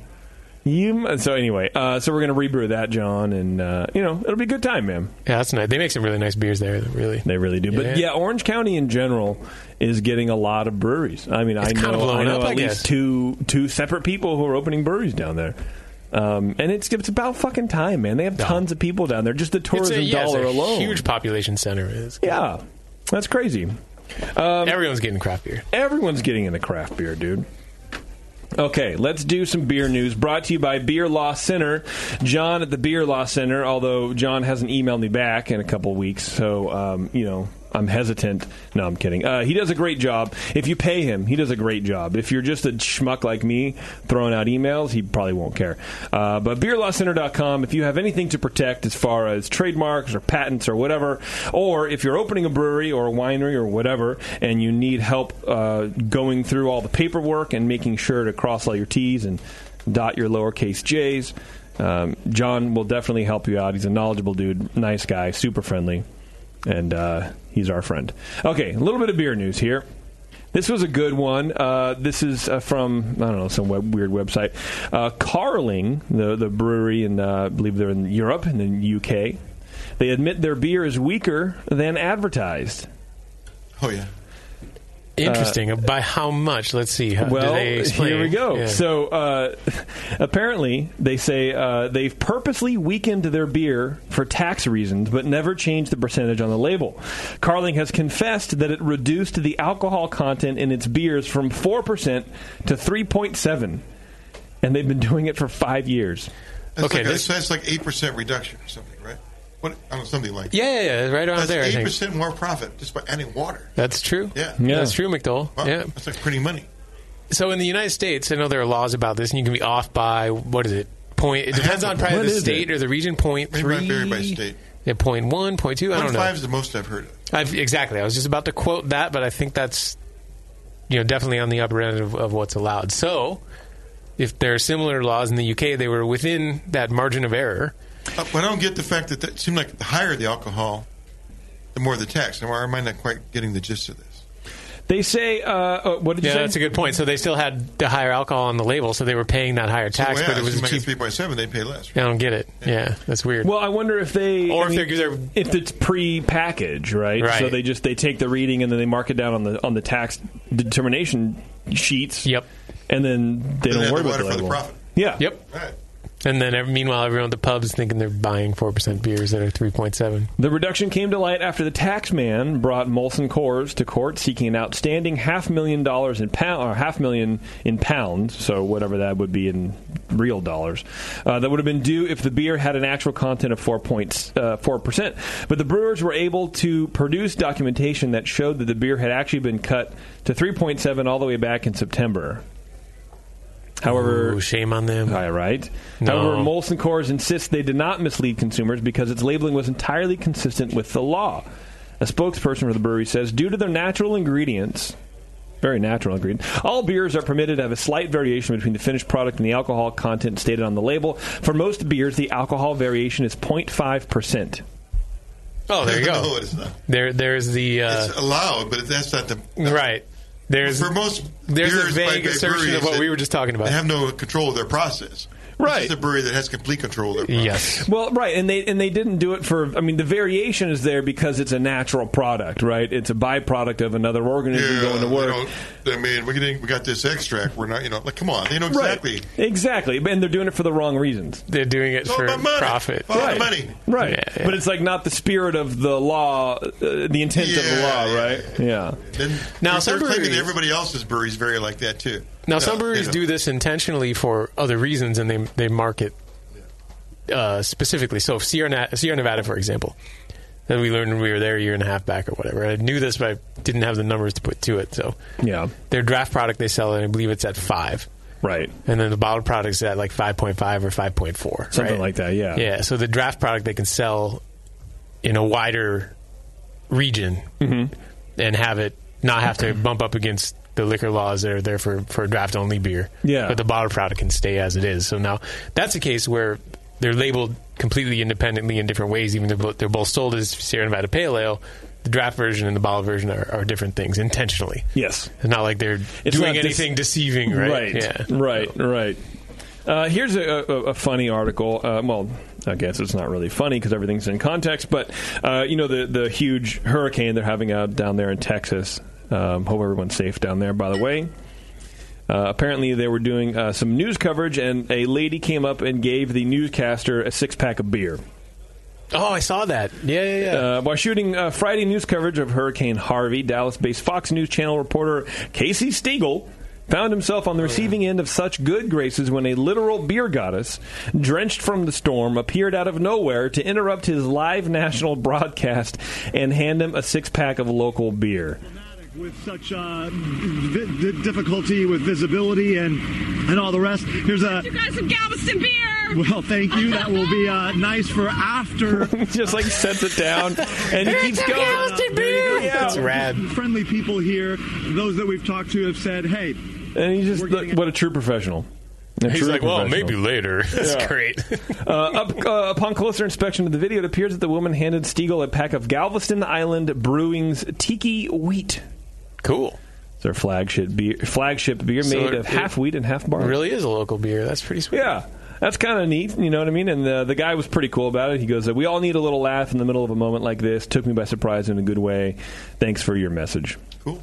you. mu-" So anyway, uh, so we're gonna rebrew that, John, and uh, you know it'll be a good time, man. yeah, that's nice. They make some really nice beers there. Really, They really do, but yeah. Yeah. Orange County in general is getting a lot of breweries. I mean, I It's know, kind of blowing I know up, at I least guess. two two separate people who are opening breweries down there. Um, and it's it's about fucking time, man. They have tons of people down there. Just the It's tourism a, yeah, it's dollar a alone, huge population center. It's- yeah, Uh, that's crazy. Um, Everyone's getting craft beer. Everyone's getting into craft beer, dude. Okay, let's do some beer news. Brought to you by Beer Law Center. John at the Beer Law Center, although John hasn't emailed me back in a couple weeks, so, um, you know, I'm hesitant. No, I'm kidding. Uh, he does a great job. If you pay him, he does a great job. If you're just a schmuck like me throwing out emails, he probably won't care. Uh, but beerlawcenter.com, if you have anything to protect as far as trademarks or patents or whatever, or if you're opening a brewery or a winery or whatever, and you need help uh, going through all the paperwork and making sure to cross all your T's and dot your lowercase J's, um, John will definitely help you out. He's a knowledgeable dude, nice guy, super friendly, and uh, he's our friend. Okay, a little bit of beer news here. This was a good one. Uh, this is uh, from I don't know some web, weird website. Uh, Carling, the the brewery, and uh, I believe they're in Europe and in UK. They admit their beer is weaker than advertised. Oh yeah. Interesting. By how much? Let's see. How, do well, they explain? here we go. Yeah. So uh, apparently, they say uh, they've purposely weakened their beer for tax reasons, but never changed the percentage on the label. Carling has confessed that it reduced the alcohol content in its beers from four percent to three point seven, and they've been doing it for five years. That's like a- so that's like eight percent reduction or something, right? What I don't know, something like Yeah, yeah, yeah, right around that's there, I think. Eight percent more profit just by adding water. That's true. Yeah. That's true, McDowell. Wow, yeah. That's like pretty money. So in the United States, I know there are laws about this, and you can be off by what is it? Point. It depends on probably What the is state it? or the region. Point Maybe not three. vary by state. Yeah, point one, point two. I One don't know. five is the most I've heard of. I've, exactly. I was just about to quote that, but I think that's you know definitely on the upper end of, of what's allowed. So if there are similar laws in the UK, they were within that margin of error. Uh, but I don't get the fact that, that it seemed like the higher the alcohol, the more the tax. Now, am I not quite getting the gist of this? They say, uh, uh, what did Yeah, you say? that's a good point. So they still had the higher alcohol on the label, so they were paying that higher tax, well, yeah, but it was seemed a like cheap. three point seven. They pay less. I don't get it. Yeah, that's weird. Well, I wonder if they Or I if mean, they're- they're- if it's pre-package, right? Right. So they just they take the reading and then they mark it down on the on the tax determination sheets. Yep. And then they Then don't they have worry to about water for the label. profit. Yeah. Yep. And then, ev- meanwhile, everyone at the pubs thinking they're buying four percent beers that are three point seven. The reduction came to light after the tax man brought Molson Coors to court seeking an outstanding half million dollars in pound or half million in pounds, so whatever that would be in real dollars, uh, that would have been due if the beer had an actual content of four points uh, four percent. But the brewers were able to produce documentation that showed that the beer had actually been cut to three point seven all the way back in September. However, shame on them. All right. No. However, Molson Coors insists they did not mislead consumers because its labeling was entirely consistent with the law. A spokesperson for the brewery says, due to their natural ingredients, very natural ingredient, all beers are permitted to have a slight variation between the finished product and the alcohol content stated on the label. For most beers, the alcohol variation is 0.5 percent. Oh, there you go. no, it is not. There, there's the uh, It's allowed, but that's not the right. There's for most. there's a beers by- vague by assertion breweries of what that we were just talking about. They have no control of their process. Right. This is a brewery that has complete control of their process. Yes. Well, right, and they and they didn't do it for. I mean, the variation is there because it's a natural product, right? It's a byproduct of another organism going to they work. don't- I mean, we getting we got this extract. We're not, you know, like come on, they know Right. exactly. Exactly, and they're doing it for the wrong reasons. They're doing it all for about money. profit. All about money. Right, but it's like not the spirit of the law, uh, the intent of the law, right? Yeah. Then Now, they're- some they're claiming that breweries- everybody else's breweries vary like that too. Now, No, some breweries they do this intentionally for other reasons, and they they market uh, specifically. So, if Sierra, Na- Sierra Nevada, for example, that we learned when we were there a year and a half back or whatever. I knew this, but I didn't have the numbers to put to it. So, yeah, their draft product they sell, and I believe it's at five, right? And then the bottled product is at like five point five or five point four, Something like that, yeah. yeah. So the draft product they can sell in a wider region Mm-hmm. and have it not have to bump up against the liquor laws that are there for, for draft only beer. Yeah. But the bottled product can stay as it is. So now that's a case where they're labeled completely independently in different ways, even though bo- they're both sold as Sierra Nevada Pale Ale. The draft version and the bottled version are, are different things intentionally. Yes. It's not like they're It's doing not dis- anything deceiving, right? Right. Yeah. Right. Right. Uh, here's a, a, a funny article. Uh, well, I guess it's not really funny because everything's in context. But uh, you know the the huge hurricane they're having out down there in Texas. Um, hope everyone's safe down there. By the way. Uh, apparently, they were doing uh, some news coverage, and a lady came up and gave the newscaster a six pack of beer. Oh, I saw that. Yeah, yeah, yeah. Uh, while shooting uh, Friday news coverage of Hurricane Harvey, Dallas based Fox News Channel reporter Casey Stegall found himself on the receiving end of such good graces when a literal beer goddess, drenched from the storm, appeared out of nowhere to interrupt his live national broadcast and hand him a six pack of local beer. with such uh, vi- di- difficulty with visibility and and all the rest. Here's a. You got some Galveston beer. Well, thank you. That will be uh, nice for after. Just like sets it down and he keeps going. That's rad. Friendly people here. Those that we've talked to have said, "Hey." And he just what a true professional. A He's true like, well, professional." maybe later. That's Yeah. great. uh, up, uh, upon closer inspection of the video, it appears that the woman handed Stiegel a pack of Galveston Island Brewing's Tiki Wheat. Cool. It's our flagship beer, flagship beer So made it- of half wheat and half barley. It really is a local beer. That's pretty sweet. Yeah. That's kind of neat, you know what I mean? And the, the guy was pretty cool about it. He goes, We all need a little laugh in the middle of a moment like this. Took me by surprise in a good way. Thanks for your message. Cool.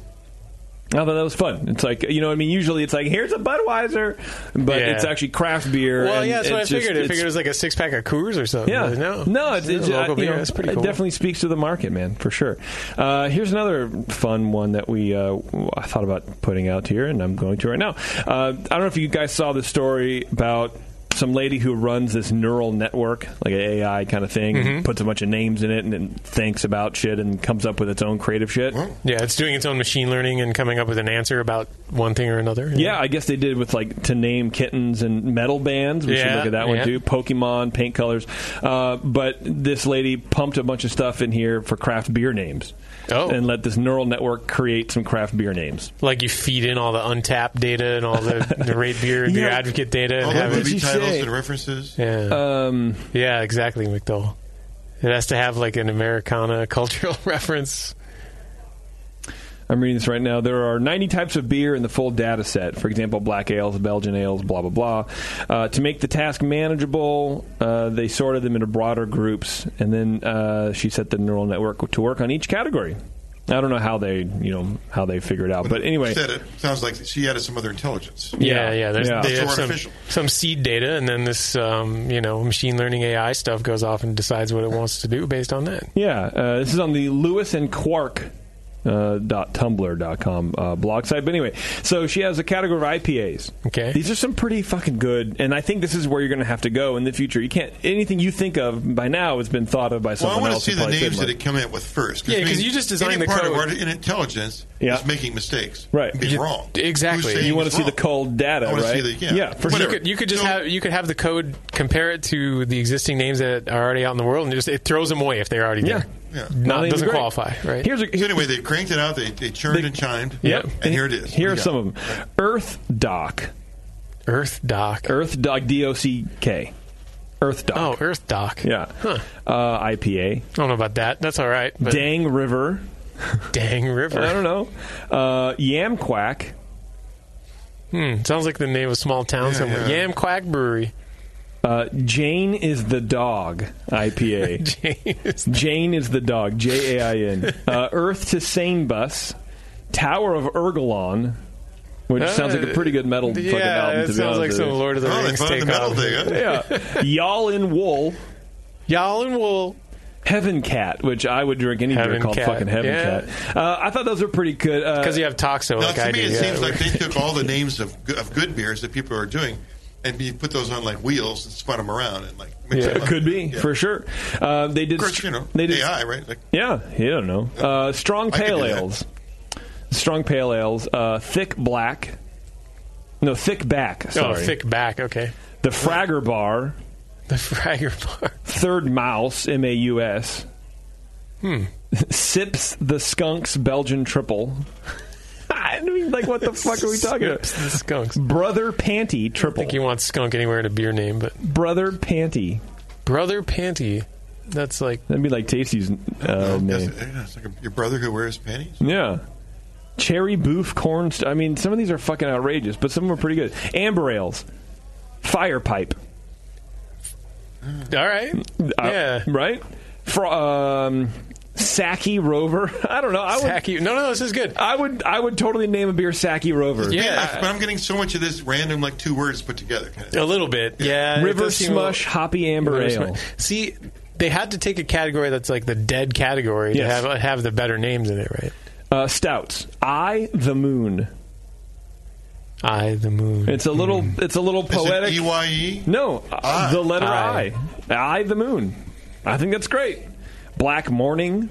I thought that was fun. It's like, you know what I mean? Usually it's like, Here's a Budweiser, but Yeah. it's actually craft beer. Well, and yeah, that's what I it's just- figured. I it's- figured it was like a six pack of Coors or something. yeah, but uh, no, no, it's, it's, a local uh, you beer. know, that's pretty cool. It definitely speaks to the market, man, for sure. Uh, here's another fun one that we uh, I thought about putting out here, and I'm going to right now. Uh, I don't know if you guys saw the story about some lady who runs this neural network, like an AI kind of thing, Mm-hmm. and puts a bunch of names in it and, and thinks about shit and comes up with its own creative shit. yeah, it's doing its own machine learning and coming up with an answer about one thing or another. Yeah, I guess they did with like to name kittens and metal bands. We should Yeah, look at that one yeah. too. Pokemon, paint colors. Uh, but this lady pumped a bunch of stuff in here for craft beer names. Oh. And let this neural network create some craft beer names. Like you feed in all the untapped data and all the, the rate beer and Yeah. beer advocate data. And All the have movie it. titles and references. Yeah. Um, yeah, exactly, McDowell. It has to have like an Americana cultural reference. I'm reading this right now. There are 90 types of beer in the full data set. For example, black ales, Belgian ales, blah, blah, blah. Uh, to make the task manageable, uh, they sorted them into broader groups. And then uh, she set the neural network to work on each category. I don't know how they, you know, how they figured it out. But anyway, Said it sounds like she added some other intelligence. Yeah, yeah. There's, Yeah. They That's have so some, artificial. some seed data, and then this, um, you know, machine learning AI stuff goes off and decides what it wants to do based on that. Yeah, uh, this is on the Lewis and Quark. Uh, dot tumblr.com uh, blog site. But anyway, so she has a category of IPAs. Okay. These are some pretty fucking good, and I think this is where you're going to have to go in the future. You can't, anything you think of by now has been thought of by Well, I someone want to else. see who the probably names that trademarked. it come up with first. Yeah, I mean, 'cause you just designed any the part code. of art- in intelligence Yeah. is making mistakes. Right. Being You- wrong. Exactly. Who's saying You wanna it's see the wrong? cold data, I wanna right? See the, yeah. Yeah, for you sure. could, you could just have you could have the code compare it to the existing names that are already out in the world, and just it throws them away if they're already there. Yeah. Not, doesn't qualify, right? Here's a, so anyway, they cranked it out. They, they churned and chimed. Yep. And here it is. Here What are do you some got? of them Earth Doc. Earth Doc. Earth Doc, D O C K. Earth Doc. Oh, Earth Doc. Yeah. Uh, IPA. I don't know about that. That's all right. but- Dang River. Dang River. I don't know. Uh, Yam Quack. Hmm, sounds like the name of a small town somewhere. Yam Quack Brewery. Uh, Jane is the dog IPA. Jane, is the dog. J A I N. Uh, Earth to Sane Bus. Tower of Ergalon, which sounds like a pretty good metal Uh, yeah, fucking album. it to be sounds honest like with some you. Lord of the Oh, they Rings found the takeoff. metal thing, huh? Yeah. Y'all in Wool. Y'all in Wool. Heaven Cat, which I would drink any beer Heaven called Cat, fucking Heaven yeah. Cat. Uh, I thought those were pretty good. uh, Because you have Toxo, Now, like Uh, to I me, do. it yeah. seems like they took all the names of, go- of good beers that people are doing and you put those on like wheels and spun them around and like. mixed Yeah, them up. could be Yeah. for sure. Uh, they did. Of course, you know, they did AI, right? Like, Yeah, you don't know. Uh, strong I could pale do that. ales, strong pale ales. Uh, thick black, no thick back. Oh, Sorry, thick back. Okay. The Fragger Bar, The Fragger Bar. Third Mouse, M A U S. Hmm. Sips the Skunks Belgian Triple. I mean, like, what the fuck are we talking about? Sips the skunks. Brother Panty Triple. I think you want skunk anywhere in a beer name, but Brother Panty. Brother Panty. That's like That'd be like Tasty's uh, Yes, name. yeah, it's like a- your brother who wears panties. Yeah. Cherry boof corn. St- I mean, some of these are fucking outrageous, but some of them are pretty good. Amber ales, fire pipe. All right. yeah. Right. Fro um, Saki Rover. I don't know. I would, Saki- No, no, this is good. I would. I would totally name a beer Saki Rover. Yeah, I- but I'm getting so much of this random like two words put together. Kind a little bit. Yeah. it River does seem a little- Smush Hoppy Amber River Ale. Smush. See, they had to take a category that's like the dead category Yes. to have have the better names in it, right? Uh, stouts. I the Moon. I the Moon. Hmm. It's a little. It's a little Is it E poetic. EYE? No, uh, the letter I. I. I. the Moon. I think that's great. Black Morning.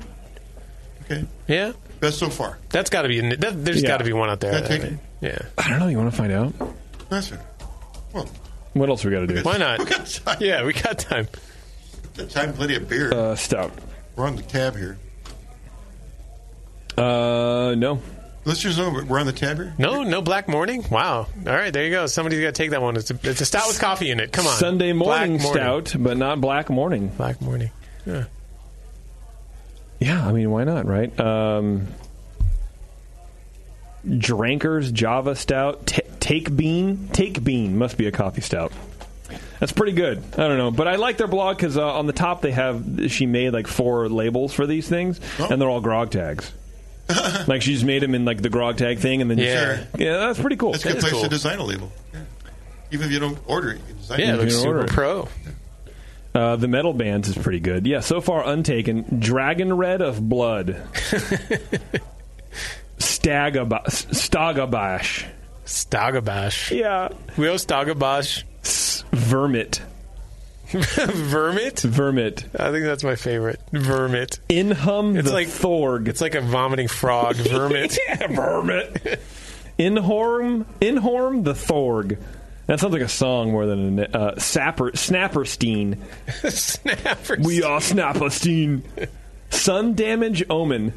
Okay. Yeah. Best so far. That's got to be. That, there's Yeah. got to be one out there. Can I take right? it? Yeah. I don't know. You want to find out? That's it. What else we got to do? Why not? yeah, we got time. Time plenty of beer. Uh, stout. We're on the tab here. Uh, no. Listeners know we're on the tab here. No, no Black Morning. Wow. All right, there you go. Somebody's got to take that one. It's a, it's a stout with coffee in it. Come on. Sunday Black morning, stout, but not black morning. Black morning. Yeah. Yeah, I mean, why not, right? Um, Dranker's Java Stout. T- take Bean. Take Bean must be a coffee stout. That's pretty good. I don't know, but I like their blog because uh, on the top they have she made like four labels for these things, Oh. and they're all grog tags. like she's made them in like the grog tag thing, and then you- Yeah. yeah, that's pretty cool. That's a good place to design a label. Yeah. Even if you don't order it, you can design it. You can order it. Uh, the metal bands is pretty good. Yeah, so far untaken. Dragon Red of Blood. Stagaba- Stagabash. Stagabash. Yeah. Will Stagabash. Vermit. Vermit? Vermit. I think that's my favorite. Vermit. Inhum it's the like, Thorg. It's like a vomiting frog. Vermit. yeah, vermit. Inhorm, Inhorm the Thorg. That sounds like a song more than a uh, sapper, Snapperstein. Snapperstein. We are Snapperstein. Sun damage omen.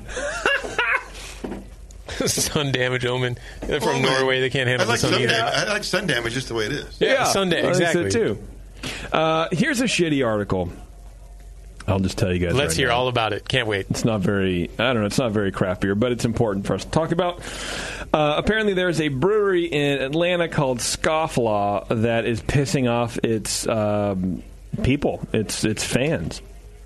sun damage omen. They're from Norway. They can't handle I like the sun sun either. damage. I like sun damage just the way it is. Yeah, Sunday, I think so, exactly. too. Uh, here's a shitty article. I'll just tell you guys. Let's right hear now. all about it. Can't wait. It's not very, I don't know, it's not very craft beer, but it's important for us to talk about. Uh, apparently, there's a brewery in Atlanta called Scofflaw that is pissing off its um, people, its its fans.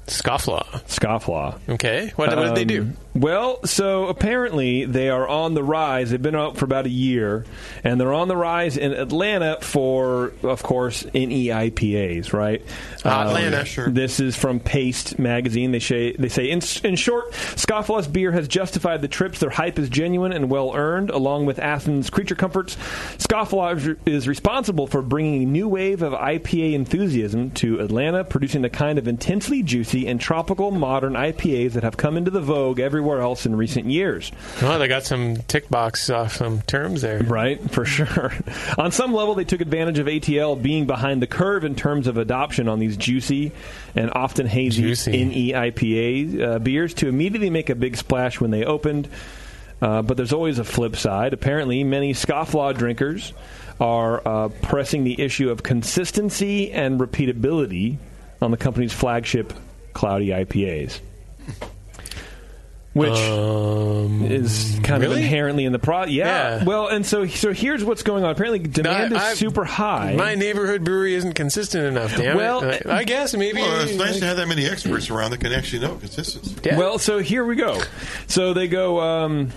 Scofflaw. Scofflaw. Okay. What, what did they do? Um, Well, so apparently they are on the rise. They've been out for about a year, and they're on the rise in Atlanta for, of course, E NEIPAs, right? Um, Atlanta, sure. This is from Paste magazine. They say, they say in, in short, Scofflaw's beer has justified the trips. Their hype is genuine and well earned, along with Athens' creature comforts. Scofflaw is- is responsible for bringing a new wave of IPA enthusiasm to Atlanta, producing the kind of intensely juicy and tropical modern IPAs that have come into the vogue everywhere else in recent years. Oh, they got some tick box off some terms there. Right, for sure. on some level, they took advantage of ATL being behind the curve in terms of adoption on these juicy and often hazy E NEIPA uh, beers to immediately make a big splash when they opened. Uh, but there's always a flip side. Apparently, many scofflaw drinkers are uh, pressing the issue of consistency and repeatability on the company's flagship cloudy IPAs which is kind of Um, really? inherently in the pro. Yeah. Yeah. Well, and so so here's what's going on. Apparently, demand I- is I've- super high. My neighborhood brewery isn't consistent enough. Damn Well, it! I, I guess maybe. Well, it's nice to have that many experts around that can actually know consistency. Well, so here we go. So they go. Um,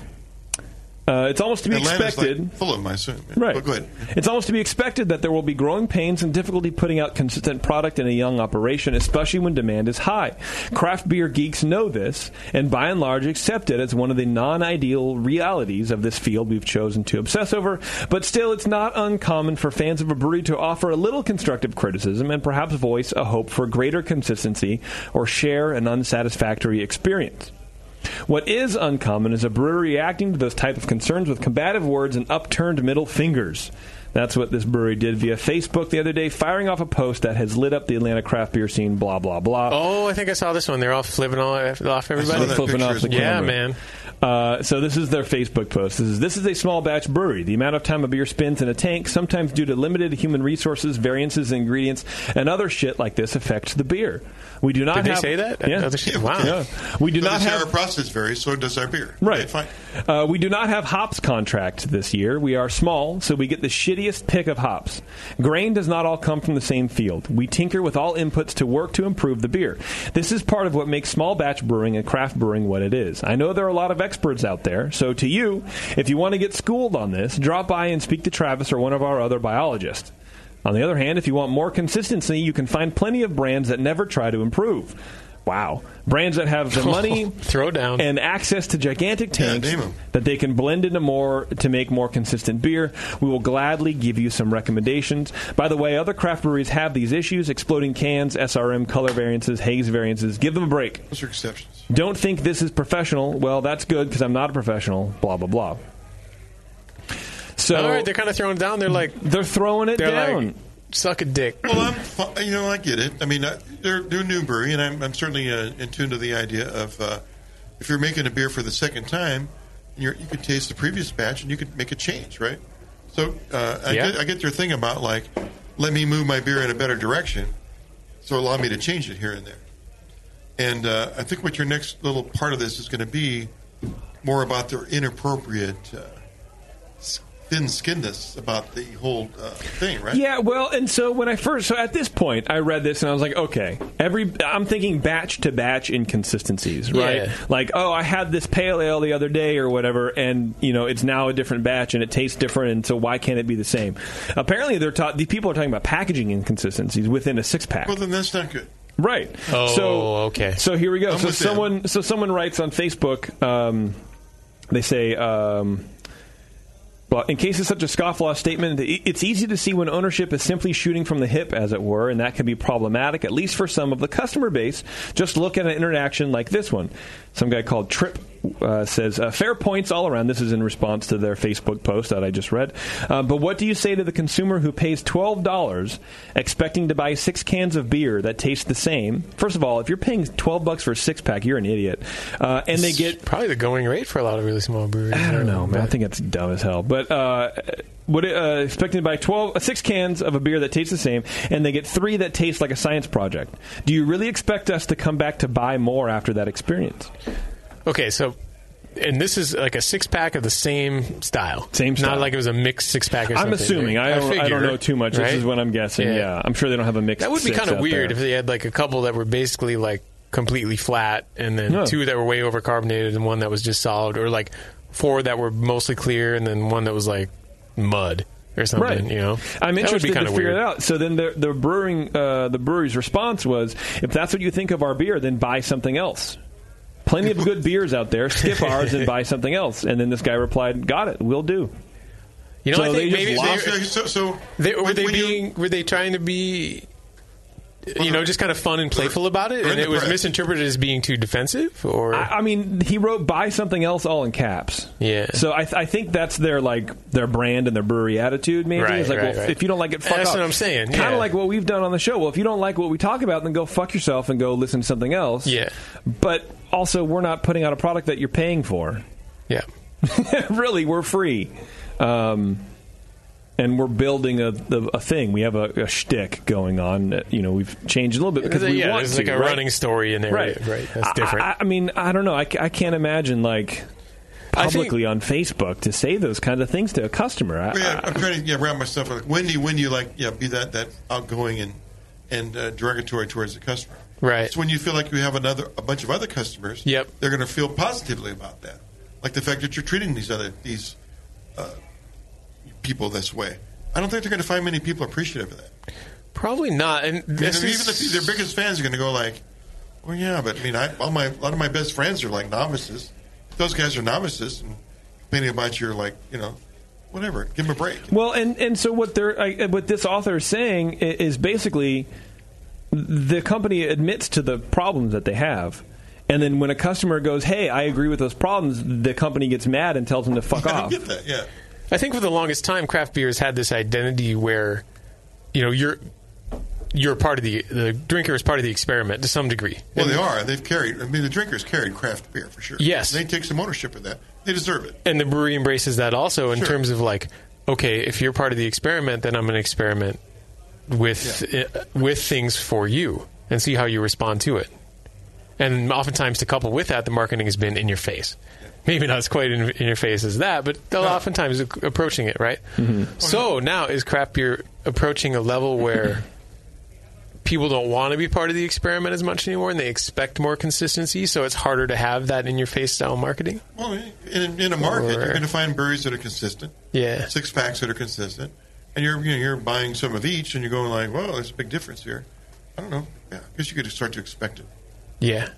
uh, it's almost to be Atlanta's, like, expected. full of them, I assume. Right. But go ahead. It's almost to be expected that there will be growing pains and difficulty putting out consistent product in a young operation, especially when demand is high. Craft beer geeks know this and by and large accept it as one of the non ideal realities of this field we've chosen to obsess over, but still, it's not uncommon for fans of a brewery to offer a little constructive criticism and perhaps voice a hope for greater consistency or share an unsatisfactory experience. What is uncommon is a brewer reacting to those type of concerns with combative words and upturned middle fingers. That's what this brewery did via Facebook the other day, firing off a post that has lit up the Atlanta craft beer scene. Blah blah blah. Oh, I think I saw this one. They're all flipping all off everybody. Flipping off the yeah, camera. man. Uh, so this is their Facebook post. This is this is a small batch brewery. The amount of time a beer spends in a tank, sometimes due to limited human resources, variances in ingredients, and other shit like this, affects the beer. We do not Did they have, say that? Yeah. Other shit? Wow. Yeah. We do So not they say have our process varies, so does our beer. Right. Uh, we do not have hops contract this year. We are small, so we get the shittiest pick of hops. Grain does not all come from the same field. We tinker with all inputs to work to improve the beer. This is part of what makes small batch brewing and craft brewing what it is. I know there are a lot of experts out there, so to you, if you want to get schooled on this, drop by and speak to Travis or one of our other biologists. On the other hand, if you want more consistency, you can find plenty of brands that never try to improve. Wow. Brands that have the money throw down and access to gigantic tanks name 'em. that they can blend into more to make more consistent beer. We will gladly give you some recommendations. By the way, other craft breweries have these issues: exploding cans, SRM color variances, haze variances. Give them a break. Those are exceptions. Don't think this is professional. Well, that's good because I'm not a professional. Blah blah blah. So all right, they're kind of throwing it down. They're like they're throwing it they're down. Like, Suck a dick. Well, I'm, fi- you know, I get it. I mean, I, they're, they're a new brewery, and I'm, I'm certainly uh, in tune to the idea of uh, if you're making a beer for the second time, you're, you could taste the previous batch and you could make a change, right? So uh, I, Yeah. get, I get their thing about like, let me move my beer in a better direction, so allow me to change it here and there. And uh, I think what your next little part of this is going to be more about their inappropriate uh, thin-skinnedness about the whole uh, thing, right? Yeah, well, and so when I first, so at this point, I read this and I was like, okay, every, I'm thinking batch to batch inconsistencies, right? Yeah. Like, oh, I had this pale ale the other day or whatever, and, you know, it's now a different batch and it tastes different, and so why can't it be the same? Apparently, they're taught, these people are talking about packaging inconsistencies within a six pack. Well, then that's not good. Right. Oh, so, okay. So here we go. I'm so with them. someone, so someone writes on Facebook. Um, they say, um, well, in case of such a scofflaw statement, i- it's easy to see when ownership is simply shooting from the hip, as it were, and that can be problematic, at least for some of the customer base. Just look at an interaction like this one. Some guy called Trip uh, says, uh, fair points all around. This is in response to their Facebook post that I just read. Uh, but what do you say to the consumer who pays $12 expecting to buy six cans of beer that taste the same? First of all, if you're paying 12 bucks for a six pack, you're an idiot. Uh, and they get probably the going rate for a lot of really small breweries. I don't know, man. I think it's dumb as hell. But uh, what uh, expecting to buy twelve, uh, six cans of a beer that tastes the same, and they get three that taste like a science project. Do you really expect us to come back to buy more after that experience? Okay, so and this is like a six pack of the same style. Same style. Not like it was a mixed six pack or I'm something. assuming. I don't, I, figure, don't know too much. right? This is what I'm guessing. Yeah. I'm sure they don't have a mix. That would be kind of weird if they had like a couple that were basically like completely flat, and then Yeah. two that were way over carbonated, and one that was just solid, or like four that were mostly clear, and then one that was like mud or something. Right. You know, I'm That would be interested to kinda figure weird. it out. So then the the brewing uh, the brewery's response was, if that's what you think of our beer, then buy something else. Plenty of good beers out there. Skip ours and buy something else. And then this guy replied, "Got it. We'll do." You know, So I they think just maybe lost they, their- so, they, were they being were they trying to be you know just kind of fun and playful about it, We're in and it the was press. misinterpreted as being too defensive, or I, I mean, he wrote "buy something else" all in caps. Yeah. So I, th- I think that's their like their brand and their brewery attitude. Maybe Right, it's like, right, well, right. if you don't like it, fuck That's off. what I'm saying, Kind of yeah. like what we've done on the show. Well, if you don't like what we talk about, then go fuck yourself and go listen to something else. Yeah. But also, we're not putting out a product that you're paying for. Yeah. really, we're free. Um, and we're building a, a, a thing. We have a, a shtick going on. that, You know, we've changed a little bit because we yeah, want to. there's like a right? running story in there, Right. Right, that's different. I, I- I mean, I don't know. I, ca- I can't imagine like I think- publicly on Facebook to say those kind of things to a customer. I, yeah, I'm trying to yeah, wrap myself up. When do you, when do you like yeah be that that outgoing and and uh, derogatory towards the customer? Right. It's when you feel like you have another a bunch of other customers. Yep. They're going to feel positively about that, like the fact that you're treating these other these uh, people this way. I don't think they're going to find many people appreciative of that. Probably not. And I mean, this even is- the, their biggest fans are going to go like, "Well, yeah, but I mean, I, all my a lot of my best friends are like novices. Those guys are novices, and complaining about your like, you know, whatever. Give them a break." Well, and and so what they're I, uh, what this author is saying i- is basically the company admits to the problems that they have. And then when a customer goes, "Hey, I agree with those problems," the company gets mad and tells them to fuck off. yeah. I think for the longest time, craft beer has had this identity where, you know, you're you're part of the the drinker is part of the experiment to some degree. Well, And- they are. They've carried. I mean, the drinkers carried craft beer for sure. Yes. they take some ownership of that. They deserve it. and the brewery embraces that also in Sure. terms of like okay if you're part of the experiment then i'm going to experiment with uh, with things for you and see how you respond to it and oftentimes to couple with that the marketing has been in your face maybe not as quite in, in your face as that but oftentimes ac- approaching it right Oh, so now is craft beer approaching a level where people don't want to be part of the experiment as much anymore and they expect more consistency so it's harder to have that in your face style marketing Well, in, in a market, Or- you're going to find breweries that are consistent. Yeah. six packs that are consistent, and you're you know, you're buying some of each, and you're going like, "Well, there's a big difference here." I don't know. Yeah, I guess you could start to expect it. yeah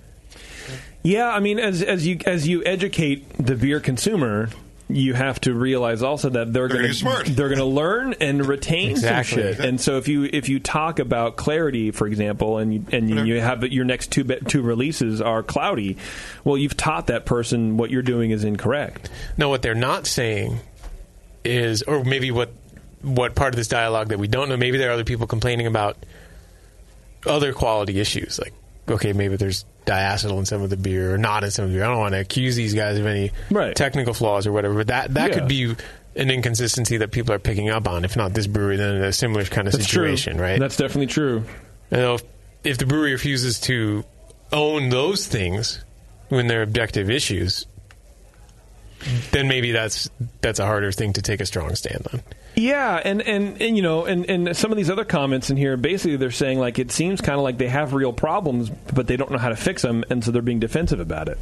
Yeah, I mean, as as you as you educate the beer consumer, you have to realize also that they're, gonna going get smart. they're going to learn and retain Exactly. some shit. And so if you if you talk about clarity, for example, and you, and you, you have your next two be- two releases are cloudy, well, you've taught that person what you're doing is incorrect. No, what they're not saying is, or maybe what what part of this dialogue that we don't know. Maybe there are other people complaining about other quality issues, like okay, maybe there's diacetyl in some of the beer or not in some of the beer. I don't want to accuse these guys of any technical flaws or whatever, but that that could be an inconsistency that people are picking up on. If not this brewery, then a similar kind of That's true. situation, right? That's definitely true. You know, if, if the brewery refuses to own those things when they're objective issues, then maybe that's that's a harder thing to take a strong stand on. Yeah, and, and, and you know, and, and some of these other comments in here, basically they're saying like it seems kind of like they have real problems, but they don't know how to fix them, and so they're being defensive about it.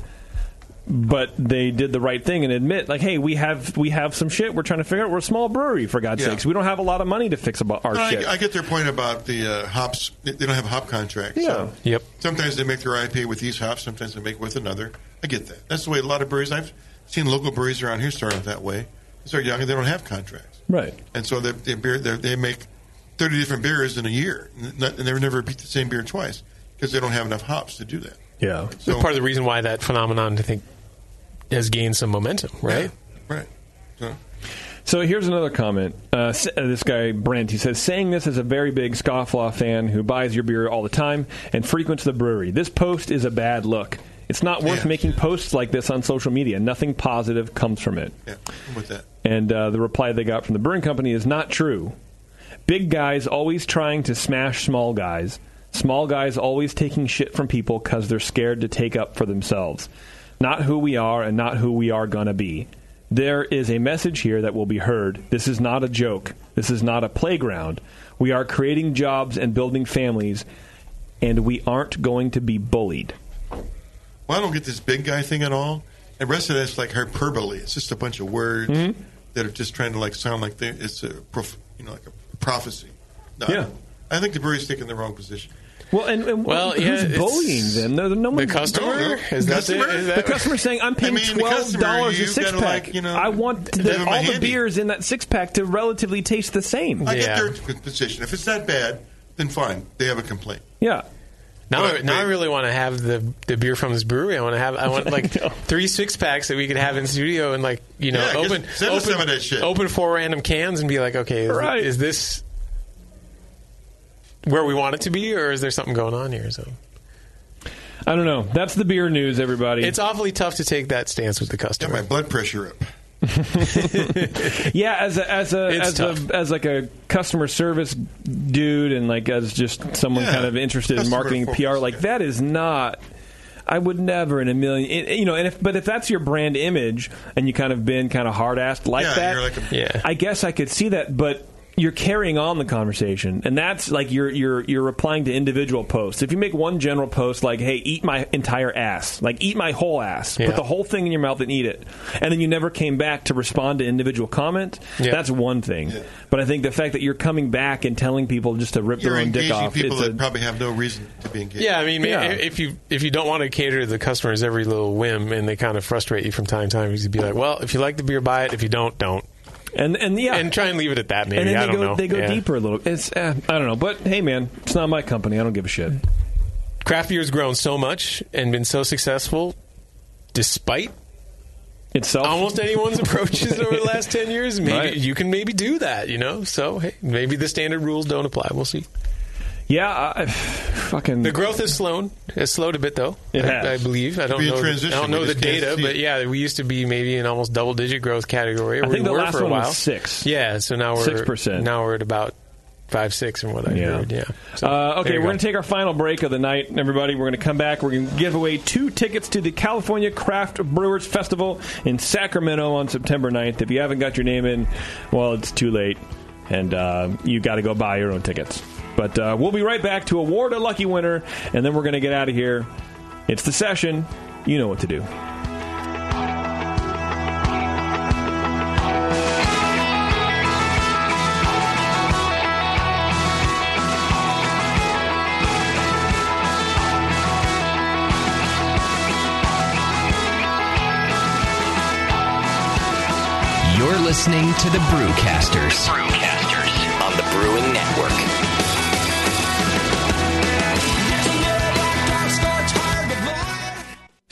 But they did the right thing and admit, like, hey, we have we have some shit. We're trying to figure out. We're a small brewery, for God's Yeah. sakes. We don't have a lot of money to fix about our No, shit. I, I get their point about the uh, hops. They they don't have a hop contract. So Yeah. Yep. Sometimes they make their IPA with these hops. Sometimes they make with another. I get that. That's the way a lot of breweries. I've seen local breweries around here start out that way. They start young and they don't have contracts, right? and so they they, beer, they they make thirty different beers in a year, and not- and they never repeat the same beer twice because they don't have enough hops to do that. Yeah, So- part of the reason why that phenomenon I think has gained some momentum, right? Right. So here's another comment. Uh, s- uh, this guy Brent, he says, saying this is a very big scofflaw fan who buys your beer all the time and frequents the brewery. This post is a bad look. It's not worth making posts like this on social media. Nothing positive comes from it. Yeah, I'm with that. And uh, the reply they got from the brewing company is not true. Big guys always trying to smash small guys. Small guys always taking shit from people because they're scared to take up for themselves. Not who we are and not who we are gonna be. There is a message here that will be heard. This is not a joke. This is not a playground. We are creating jobs and building families, and we aren't going to be bullied. Well, I don't get this big guy thing at all. And the rest of that's like hyperbole. It's just a bunch of words Hmm? that are just trying to like sound like they, it's a prof, you know like a prophecy. No, I Yeah. don't. I think the brewery's taking the wrong position. Well, and, and Well, yeah, who's it's- bullying them? No, no one, customer? No, no. Is that the- Customer? is that- the customer's saying, "I'm paying I mean, the twelve customer, dollars a you've six gotta, pack. like, you know, I want give the, them a all the handy." beers in that six pack to relatively taste the same." I get their t- position. If it's that bad, then fine. They have a complaint. Yeah. Now, I, now I really want to have the, the beer from this brewery. I want to have I want like three six packs that we could have in studio and like you know Yeah, just open send us open some of that shit. open four random cans and be like okay is, Right. is this where we want it to be or is there something going on here so I don't know that's the beer news everybody it's awfully tough to take that stance with the customer my blood pressure up yeah, as a as a as It's a, as like a customer service dude, and like as just someone Yeah, kind of interested in customer marketing focused, PR. Like that is not. I would never in a million, it- you know. And if but if that's your brand image, and you kind of been kind of hard assed like Yeah, that, you're like a- yeah. I guess I could see that, but. You're carrying on the conversation, and that's like you're you're you're replying to individual posts. If you make one general post like, "Hey, eat my entire ass," like eat my whole ass, Yeah. put the whole thing in your mouth and eat it, and then you never came back to respond to individual comment, Yeah. that's one thing. But I think the fact that you're coming back and telling people just to rip You're their own dick engaging off, people it's that probably have no reason to be engaged. Yeah, I mean, Yeah. if you if you don't want to cater to the customer's every little whim, and they kind of frustrate you from time to time, you would be like, "Well, if you like the beer, buy it. If you don't, don't." And and yeah, and try and leave it at that. Maybe and then I they don't go know. they go Yeah. deeper a little. It's eh, I don't know, but hey man, it's not my company. I don't give a shit. Craft beer has grown so much and been so successful, despite itself. Almost anyone's approaches over the last ten years. Maybe Right. you can maybe do that. You know, so hey, maybe the standard rules don't apply. We'll see. Yeah, I, fucking the growth has slowed. Has slowed a bit though. It I, has. I believe. I don't Be a know. I transition. don't We know the just can't data, see but it. yeah, we used to be maybe in almost double digit growth category. I or think we the were last for a one was while. six. Yeah, so now we're 6%. Now we're at about five six and what I Yeah. heard. Yeah. So, Uh, okay, there you we're go. going to take our final break of the night, everybody. We're going to come back. We're going to give away two tickets to the California Craft Brewers Festival in Sacramento on September 9th. If you haven't got your name in, well, it's too late, and uh, you got to go buy your own tickets. But uh, we'll be right back to award a lucky winner, and then we're going to get out of here. It's the session. You know what to do. You're listening to the Brewcasters. Brewcasters on the Brewing Network.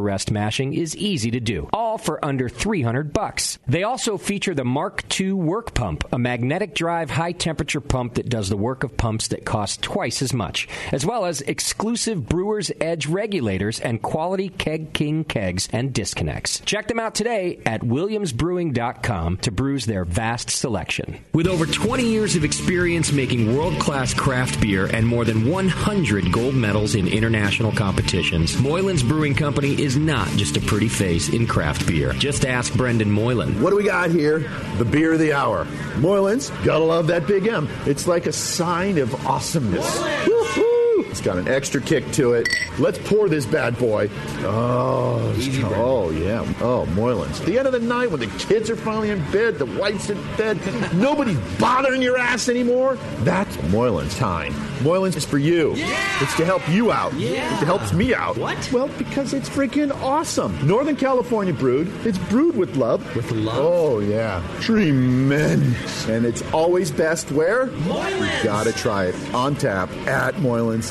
rest mashing is easy to do, all for under 300 bucks. They also feature the Mark II work pump, a magnetic drive high temperature pump that does the work of pumps that cost twice as much, as well as exclusive Brewer's Edge regulators and quality Keg King kegs and disconnects. Check them out today at williamsbrewing.com to brews their vast selection. With over 20 years of experience making world class craft beer and more than 100 gold medals in international competitions, Moylan's Brewing Company is not just a pretty face in craft beer. Just ask Brendan Moylan. What do we got here? The beer of the hour. Moylan's, gotta love that big M. It's like a sign of awesomeness. Woo-hoo! It's got an extra kick to it. Let's pour this bad boy. Oh, it's co- oh yeah. Oh, Moylan's. The end of the night when the kids are finally in bed, the wife's in bed, nobody's bothering your ass anymore. That's Moylan's time. Moylan's is for you. It's to help you out. Yeah. It helps me out. What? Well, because it's freaking awesome. Northern California brewed. It's brewed with love. With love. Oh yeah. Tremendous. And it's always best where? Moylan's. You gotta try it on tap at Moylan's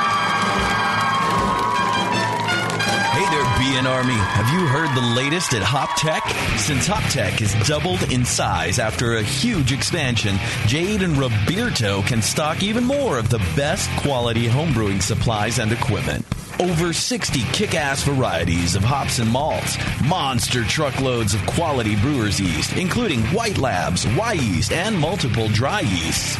Hey there, BN Army. Have you heard the latest at Hop Tech? Since Hop Tech has doubled in size after a huge expansion, Jade and Roberto can stock even more of the best quality homebrewing supplies and equipment. Over 60 kick ass varieties of hops and malts, monster truckloads of quality brewer's yeast, including white labs, Y yeast, and multiple dry yeasts.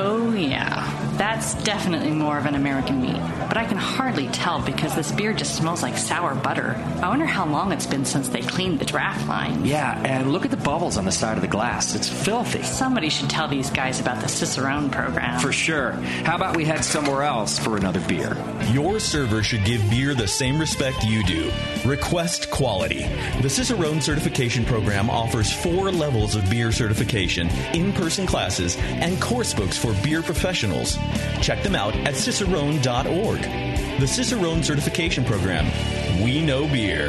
Oh, yeah. That's definitely more of an American meat. But I can hardly tell because this beer just smells like sour butter. I wonder how long it's been since they cleaned the draft line. Yeah, and look at the bubbles on the side of the glass. It's filthy. Somebody should tell these guys about the Cicerone program. For sure. How about we head somewhere else for another beer? Your server should give beer the same respect you do. Request quality. The Cicerone certification program offers four levels of beer certification, in person classes, and course books for beer professionals. Check them out at cicerone.org. The Cicerone certification program. We know beer.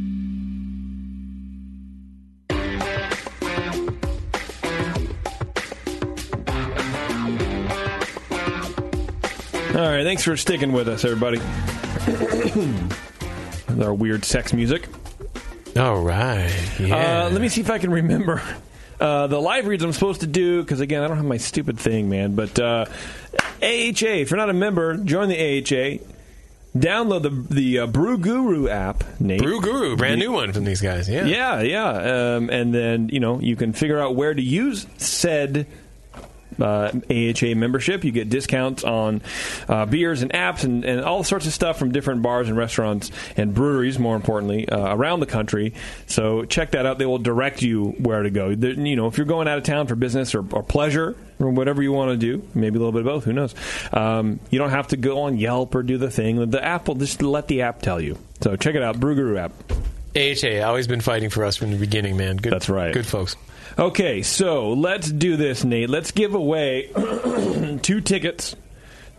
All right, thanks for sticking with us, everybody. With our weird sex music. All right. Uh, let me see if I can remember Uh, the live reads I'm supposed to do, because again, I don't have my stupid thing, man. But uh, AHA, if you're not a member, join the AHA. Download the the uh, Brew Guru app, Nate. Brew Guru, brand new one from these guys. Yeah. yeah, yeah. Um, and then you know you can figure out where to use said uh, AHA membership. You get discounts on uh, beers and apps and, and all sorts of stuff from different bars and restaurants and breweries, more importantly, uh, around the country. So check that out. They will direct you where to go. There, you know, if you're going out of town for business or, or pleasure or whatever you want to do, maybe a little bit of both, who knows? Um, you don't have to go on Yelp or do the thing. The app will just let the app tell you. So check it out, Brew Guru app. AHA always been fighting for us from the beginning, man. Good, That's right. Good folks. Okay, so let's do this, Nate. Let's give away two tickets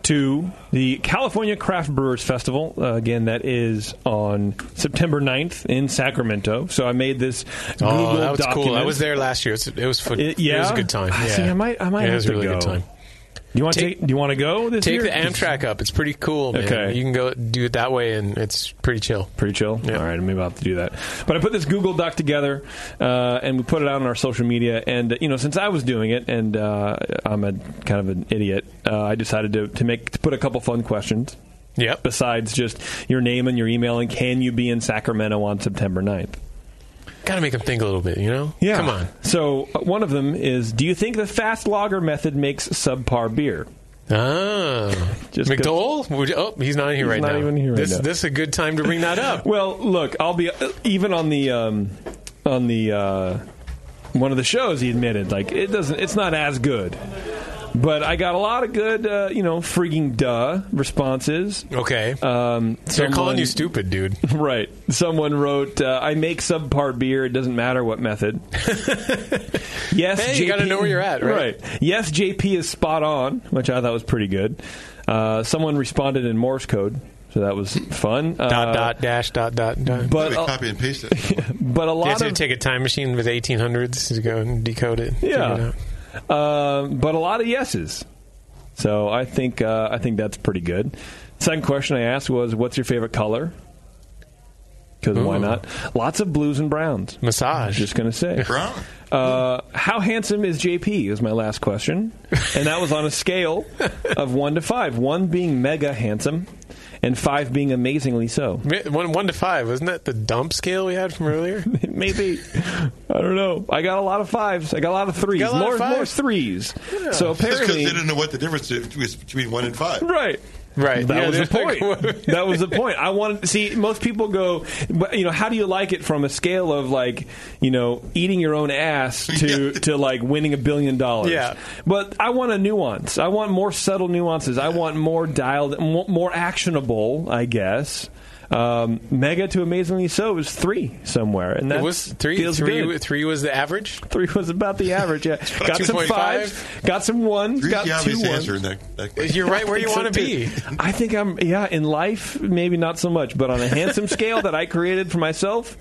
to the California Craft Brewers Festival. Uh, again, that is on September 9th in Sacramento. So I made this Google oh, that was document. cool. I was there last year. It's, it was fun. It- yeah? it was a good time. I yeah. see, I might- I might Yeah, have it was to a really go. good time. Do you want to take, Do you want to go this Take year? the Amtrak up. It's pretty cool. Man. Okay. you can go do it that way, and it's pretty chill. Pretty chill. All right, maybe I'll have to do that. But I put this Google Doc together, uh, and we put it out on our social media. And uh, you know, since I was doing it, and uh, I'm a kind of an idiot, uh, I decided to, to make to put a couple fun questions. Yep. Besides just your name and your email, and can you be in Sacramento on September 9th? Got to make them think a little bit, you know? Yeah. Come on. So uh, one of them is: Do you think the fast lager method makes subpar beer? Ah. Just 'cause- McDowell? Would you- oh, he's not in here He's right not now. even here right this, now. This is a good time to bring that up. Well, look, I'll be even on the um, on the uh, one of the shows. He admitted like it doesn't. It's not as good. But I got a lot of good, uh, you know, freaking duh responses. Okay. Um, They're calling someone- you stupid, dude. Right. Someone wrote, uh, "I make subpar beer. It doesn't matter what method." yes, Hey, you gotta know where you're at, right? Yes, JP is spot on, which I thought was pretty good. Uh, someone responded in Morse code, so that was fun. Uh, dot, dot, dash, dot, dot, dot. but They a- copy and paste it. but a You lot have to of take a time machine with 1800s to go and decode it. figure it yeah, out. um, but a lot of yeses. So I think uh, I think that's pretty good. Second question I asked was, "What's your favorite color?" Because why Ooh. not? Lots of blues and browns. Massage. Just gonna say. Brown. Uh, how handsome is JP? Was my last question, and that was on a scale of one to five. One being mega handsome, and five being amazingly so. Mi- One, one to five, wasn't that the dump scale we had from earlier? Maybe I don't know. I got a lot of fives. I got a lot of threes. Got a lot of more, fives. more threes. So Just because apparently, they didn't know what the difference was between one and five. Right. Right. That Yeah, was the they're like, point. what- that was the point. I wanted see most people go, but you know, how do you like it from a scale of like you know eating your own ass to to like winning a billion dollars? Yeah. But I want a nuance. I want more subtle nuances. I want more dialed, mo- more actionable. I guess. Um, mega to amazingly so is three somewhere, and that It was three. Feels Three, good. three was the average. Three was about the average. Yeah, got some 2.5. fives, got some ones, Three got is the two obvious ones. answer in that, that question. You're right where you think so, want to too. be. I think I'm yeah, in life maybe not so much, but on a handsome scale that I created for myself,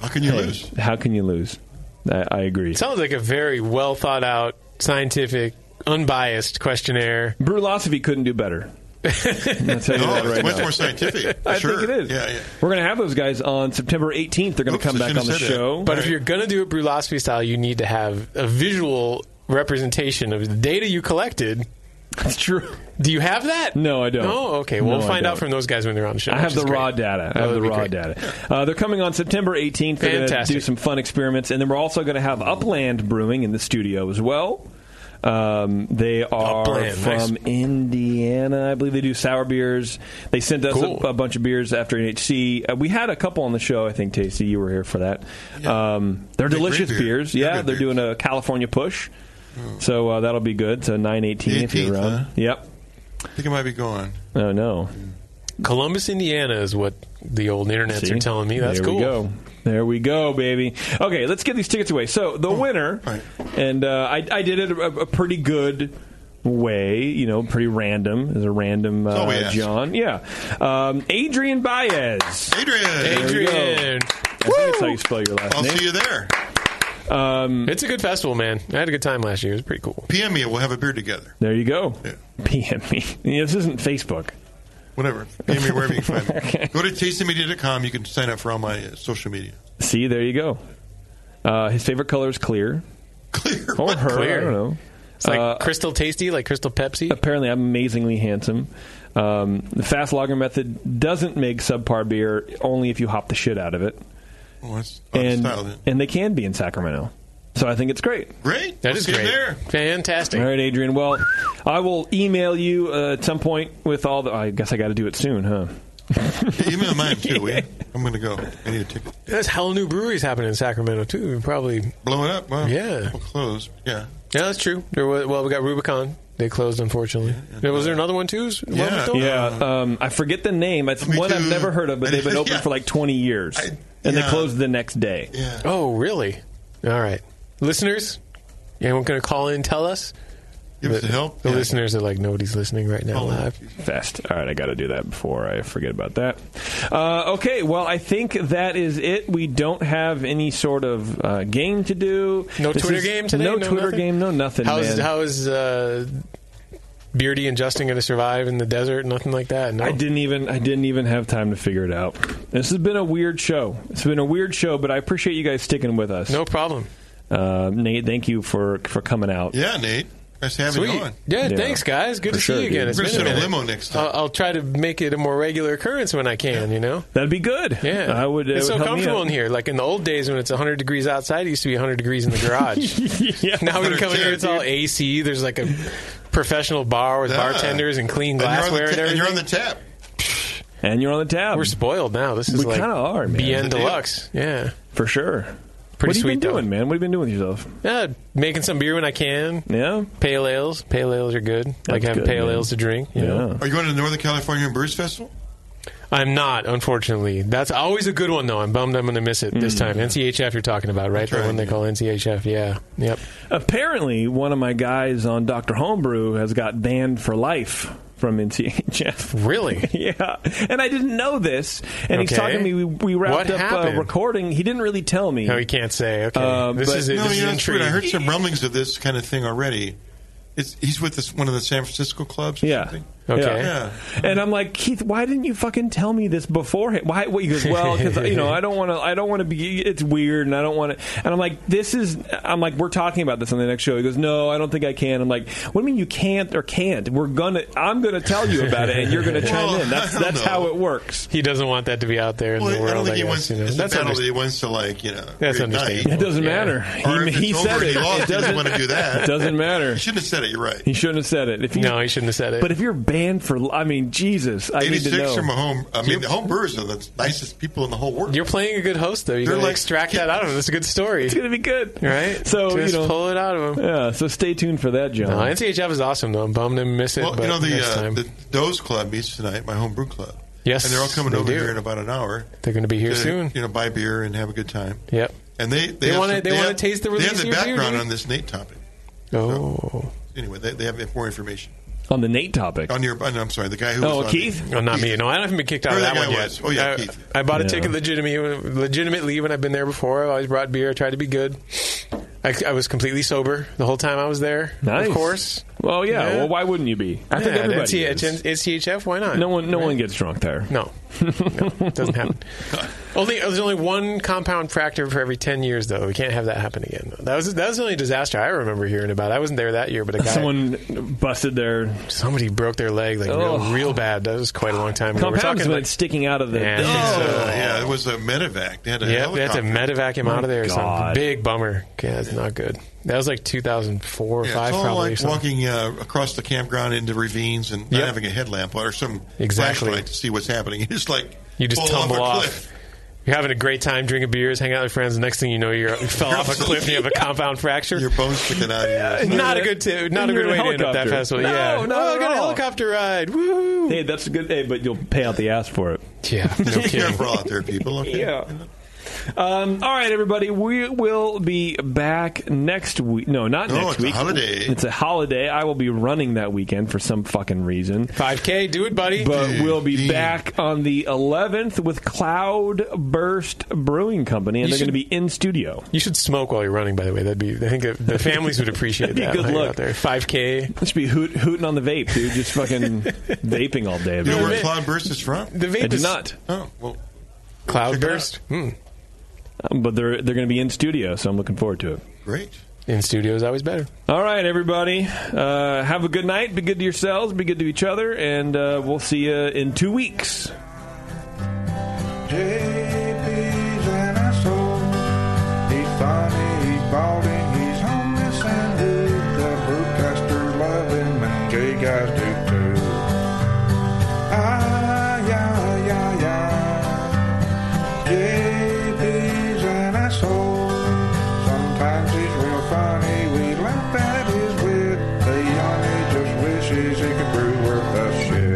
How can you lose? how can you lose? I, I agree. Sounds like a very well thought out, scientific, unbiased questionnaire. Brewlosophy couldn't do better. I'll tell you No, that it's right much now. more scientific. I sure. think it is. Yeah, yeah. We're going to have those guys on September 18th. They're going to Oops, come I back shouldn't on the have said that. show. But if you're going to do it brulosophy style, you need to have a visual representation of the data you collected. That's true. Do you have that? No, I don't. No? Okay. We'll No, I find out don't. from those guys when they're on the show. I have which is the raw great. data. I That have would the be raw great. data. Uh, they're coming on September 18th. They're going to Fantastic. do some fun experiments, and then we're also going to have Upland Brewing in the studio as well. Um, they are Upland, from Indiana, I believe. They do sour beers. They sent us Cool. a, a bunch of beers after NHC. Uh, we had a couple on the show, I think. Tasty, you were here for that. Um, they're They're delicious great beer. beers. They're Yeah, good they're beers. doing a California push, so uh, that'll be good. So nine eighteen if you're 18th, around. huh? Yep. I think it might be going. Oh no. Columbus, Indiana is what the old internets See? are telling me. That's there cool. We go. There we go, baby. Okay, let's get these tickets away. So Oh, the winner, right. and uh, I, I did it a, a pretty good way, you know, pretty random as a random all Oh, we uh, ask. John. Yeah, um, Adrian Baez. Adrian, There we go. Adrian. I think that's how you spell your last I'll name. see you there. It's a good festival, man. I had a good time last year. It was pretty cool. PM me and we'll have a beer together. There you go. Yeah. PM me. This isn't Facebook. Whatever. E, PM me wherever you can find me. Go to tastymedia.com. You can sign up for all my uh, social media. See, there you go. Uh, his favorite color is clear. Clear. Or her. Clear. I don't know. It's like Uh, crystal tasty, like crystal Pepsi. Apparently, I'm amazingly handsome. Um, the fast lager method doesn't make subpar beer only if you hop the shit out of it. Oh, that's and style, then. and they can be in Sacramento. So I think it's great. Great. That We'll is see you great. there. Fantastic. All right, Adrian. Well, I will email you uh, at some point with all the. I guess I got to do it soon, huh? Email mine too. will you? I'm going to go. I need a ticket. There's hell new breweries happening in Sacramento too. Probably blowing up. Well, yeah, closed. Yeah, yeah, that's true. There was, well, we got Rubicon. They closed, unfortunately. was there another one too? Yeah, Wilmington? Um, I forget the name. It's one I've never heard of, but they've been open for like 20 years, and they yeah. closed the next day. Oh, really? All right, listeners. Anyone going to call in? and Tell us. Give us The- the help. The Yeah. Oh, listeners are like nobody's listening right now. live. Fast. All right, I got to do that before I forget about that. Uh, okay, well, I think that is it. We don't have any sort of uh, game to do. No This Twitter is- game today. No, Twitter nothing? game. No nothing. How's man. how is uh, Beardy and Justin going to survive in the desert? Nothing like that. No. I didn't even I didn't even have time to figure it out. This has been a weird show. It's been a weird show, but I appreciate you guys sticking with us. No problem. Uh, Nate, thank you for for coming out. Yeah, Nate. Nice having you on. Yeah, thanks, guys. Good For to sure, see you again. dude. It's We're been gonna a sit minute. in limo next time. I'll, I'll try to make it a more regular occurrence when I can. You know, that'd be good. Yeah, I would- uh, it It's would so help me comfortable out. in here. Like in the old days when it's 100 degrees outside, it used to be 100 degrees in the garage. yeah. Now we can come in here. It's all AC. There's like a professional bar with Yeah. bartenders and clean you're on the glassware and, ta- and everything. you're on the tap. And you're on the tab. We're spoiled now. This is We like kinda are, man. It's a BN deal. Deluxe. Yeah, for sure. Pretty what have you sweet, been though. doing, man? What have you been doing with yourself? Yeah, making some beer when I can. Yeah, pale ales. Pale ales are good. like That's having good, pale man. ales to drink. You know? Are you going to the Northern California Brewers Festival? I'm not, unfortunately. That's always a good one, though. I'm bummed I'm going to miss it Mm. this time. NCHF, you're talking about, right? The one they call NCHF. Yeah. Yep. Apparently, one of my guys on Doctor Homebrew has got banned for life from NCHF. Really? yeah. And I didn't know this. And he's Okay. talking to me. We, we wrapped What up uh, happened? recording. He didn't really tell me. No, you can't say. Okay. Uh, this but- is it. no, this you is know, it's weird. I intriguing. heard some rumblings of this kind of thing already. It's, he's with this one of the San Francisco clubs. Or Yeah. Something. Yeah. And I'm like, Keith, why didn't you fucking tell me this beforehand? Why? Well, he goes, well, because you know, I don't want to. I don't want to be. It's weird, and I don't want to. And I'm like, this is. I'm like, we're talking about this on the next show. He goes, no, I don't think I can. I'm like, what do you mean you can't or can't? We're gonna. I'm gonna tell you about it, and you're gonna chime Well, in. I That's don't that's know. how it works. He doesn't want that to be out there in Well, the world. I don't think he guess, wants. you know? It's That's a battle understand- that he wants to like. You know, That's reignite. understandable. It doesn't matter. Or He- if he it's said over and it. It He lost. he doesn't doesn't- want to do that. It doesn't matter. He shouldn't have said it. You're right. He shouldn't have said it. If you, No, he shouldn't have said it. But if you're banned for, I mean, Jesus, I need to know. 86 from a home. I mean, the home brewers are the nicest people in the whole world. You're playing a good host, though. You're They're going like- to extract that out of him. That's a good story. It's going to be good. Right? So Just you know, pull it out of him. Yeah. So stay tuned for that, John. No, NCHF is awesome, though. I'm bummed to miss it. Well, but you know the, next uh, time. the Doe's Club meets tonight, my home brew club. Yes, and they're all coming they over do. here in about an hour. They're going to be here to, soon. You know, buy beer and have a good time. Yep. And they They have wanna- some- they wanna have- taste the They release have of the your beer, background dude. on this Nate topic. Oh. Anyway, they, they have more information on the Nate topic. on your. on- I'm sorry, the guy who. was Oh, on Keith? it. No, not me. Uh, No, I haven't been kicked out of Whoever that that one guy yet. was. Oh, yeah, I, Keith. I bought a Yeah. ticket legitimately, legitimately when I've been there before. I always brought beer. I tried to be good. I, I was completely sober the whole time I was there. Nice. Of course. Well, yeah. Well, why wouldn't you be? I think Yeah, everybody NCH is. NCHF, why not? No one, no one gets drunk there. No, it doesn't happen. only there's only one compound fracture for every ten years, though. We can't have that happen again. That was that was the only disaster I remember hearing about. I wasn't there that year, but a guy, Someone busted their. somebody broke their leg like Oh. real, real bad. That was quite a long time. ago. We're Compound is talking when like- it's sticking out of the. Yeah, I think Oh, so. yeah, it was a medevac. They had a Yeah, they had to helicopter. medevac him My out of Oh, there. or something. God. Big bummer. Yeah, that's not good. That was like 2004 or Yeah, 5 it's all probably. or like something. walking uh, across the campground into ravines and not Yep. having a headlamp or some Exactly. flashlight to see what's happening. You just like You just fall tumble off. a off. cliff. You're having a great time drinking beers, hanging out with friends. The next thing you know, you're, you fell off a cliff and you have a compound fracture. Your bones sticking out. Yeah, It's Uh, not a like- good t- not and a you're good in way a to end up that helicopter. festival. No, yeah, not oh, I at got a all. helicopter ride. Woo! Hey, that's a good. Hey, but you'll pay out the ass for it. Yeah, no Be kidding. careful out there, people. Okay? Yeah. Um, all right, everybody. We will be back next week. No, not No, next it's a week. holiday. It's a holiday. I will be running that weekend for some fucking reason. 5K, do it, buddy. But we'll be back on the 11th with Cloud Burst Brewing Company, and You they're going to should- be in studio. You should smoke while you're running. By the way, that'd be. I think the families would appreciate That'd be a that. good when you're look. out there. 5K. Just be hoot, hooting on the vape, dude. Just fucking vaping all day. You know where man. Cloud Burst is from? The vape I do is not. Oh, well, cloud burst. Hmm. Um, but they're they're going to be in studio, so I'm looking forward to it. great. in studio is always better. All right, everybody. Uh, have a good night. Be good to yourselves. Be good to each other. And uh, we'll see you in two weeks. JP's an asshole. He's funny, he's balding, he's homeless and hood. The brewcasters love him and gay guys do too. Ah, yeah, yeah, yeah. JP's an asshole. Sometimes he's real funny. We laugh at his wit. The Yanni just wishes he could brew worth a shit.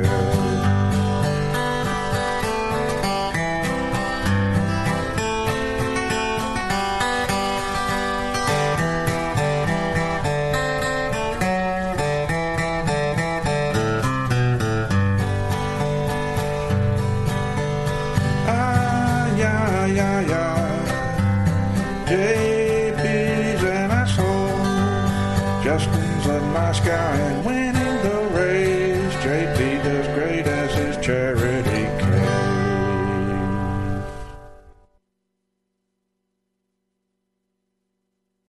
Ah, yeah, yeah, yeah. JP's an asshole. Justin's a nice guy and winning the race. JP does great.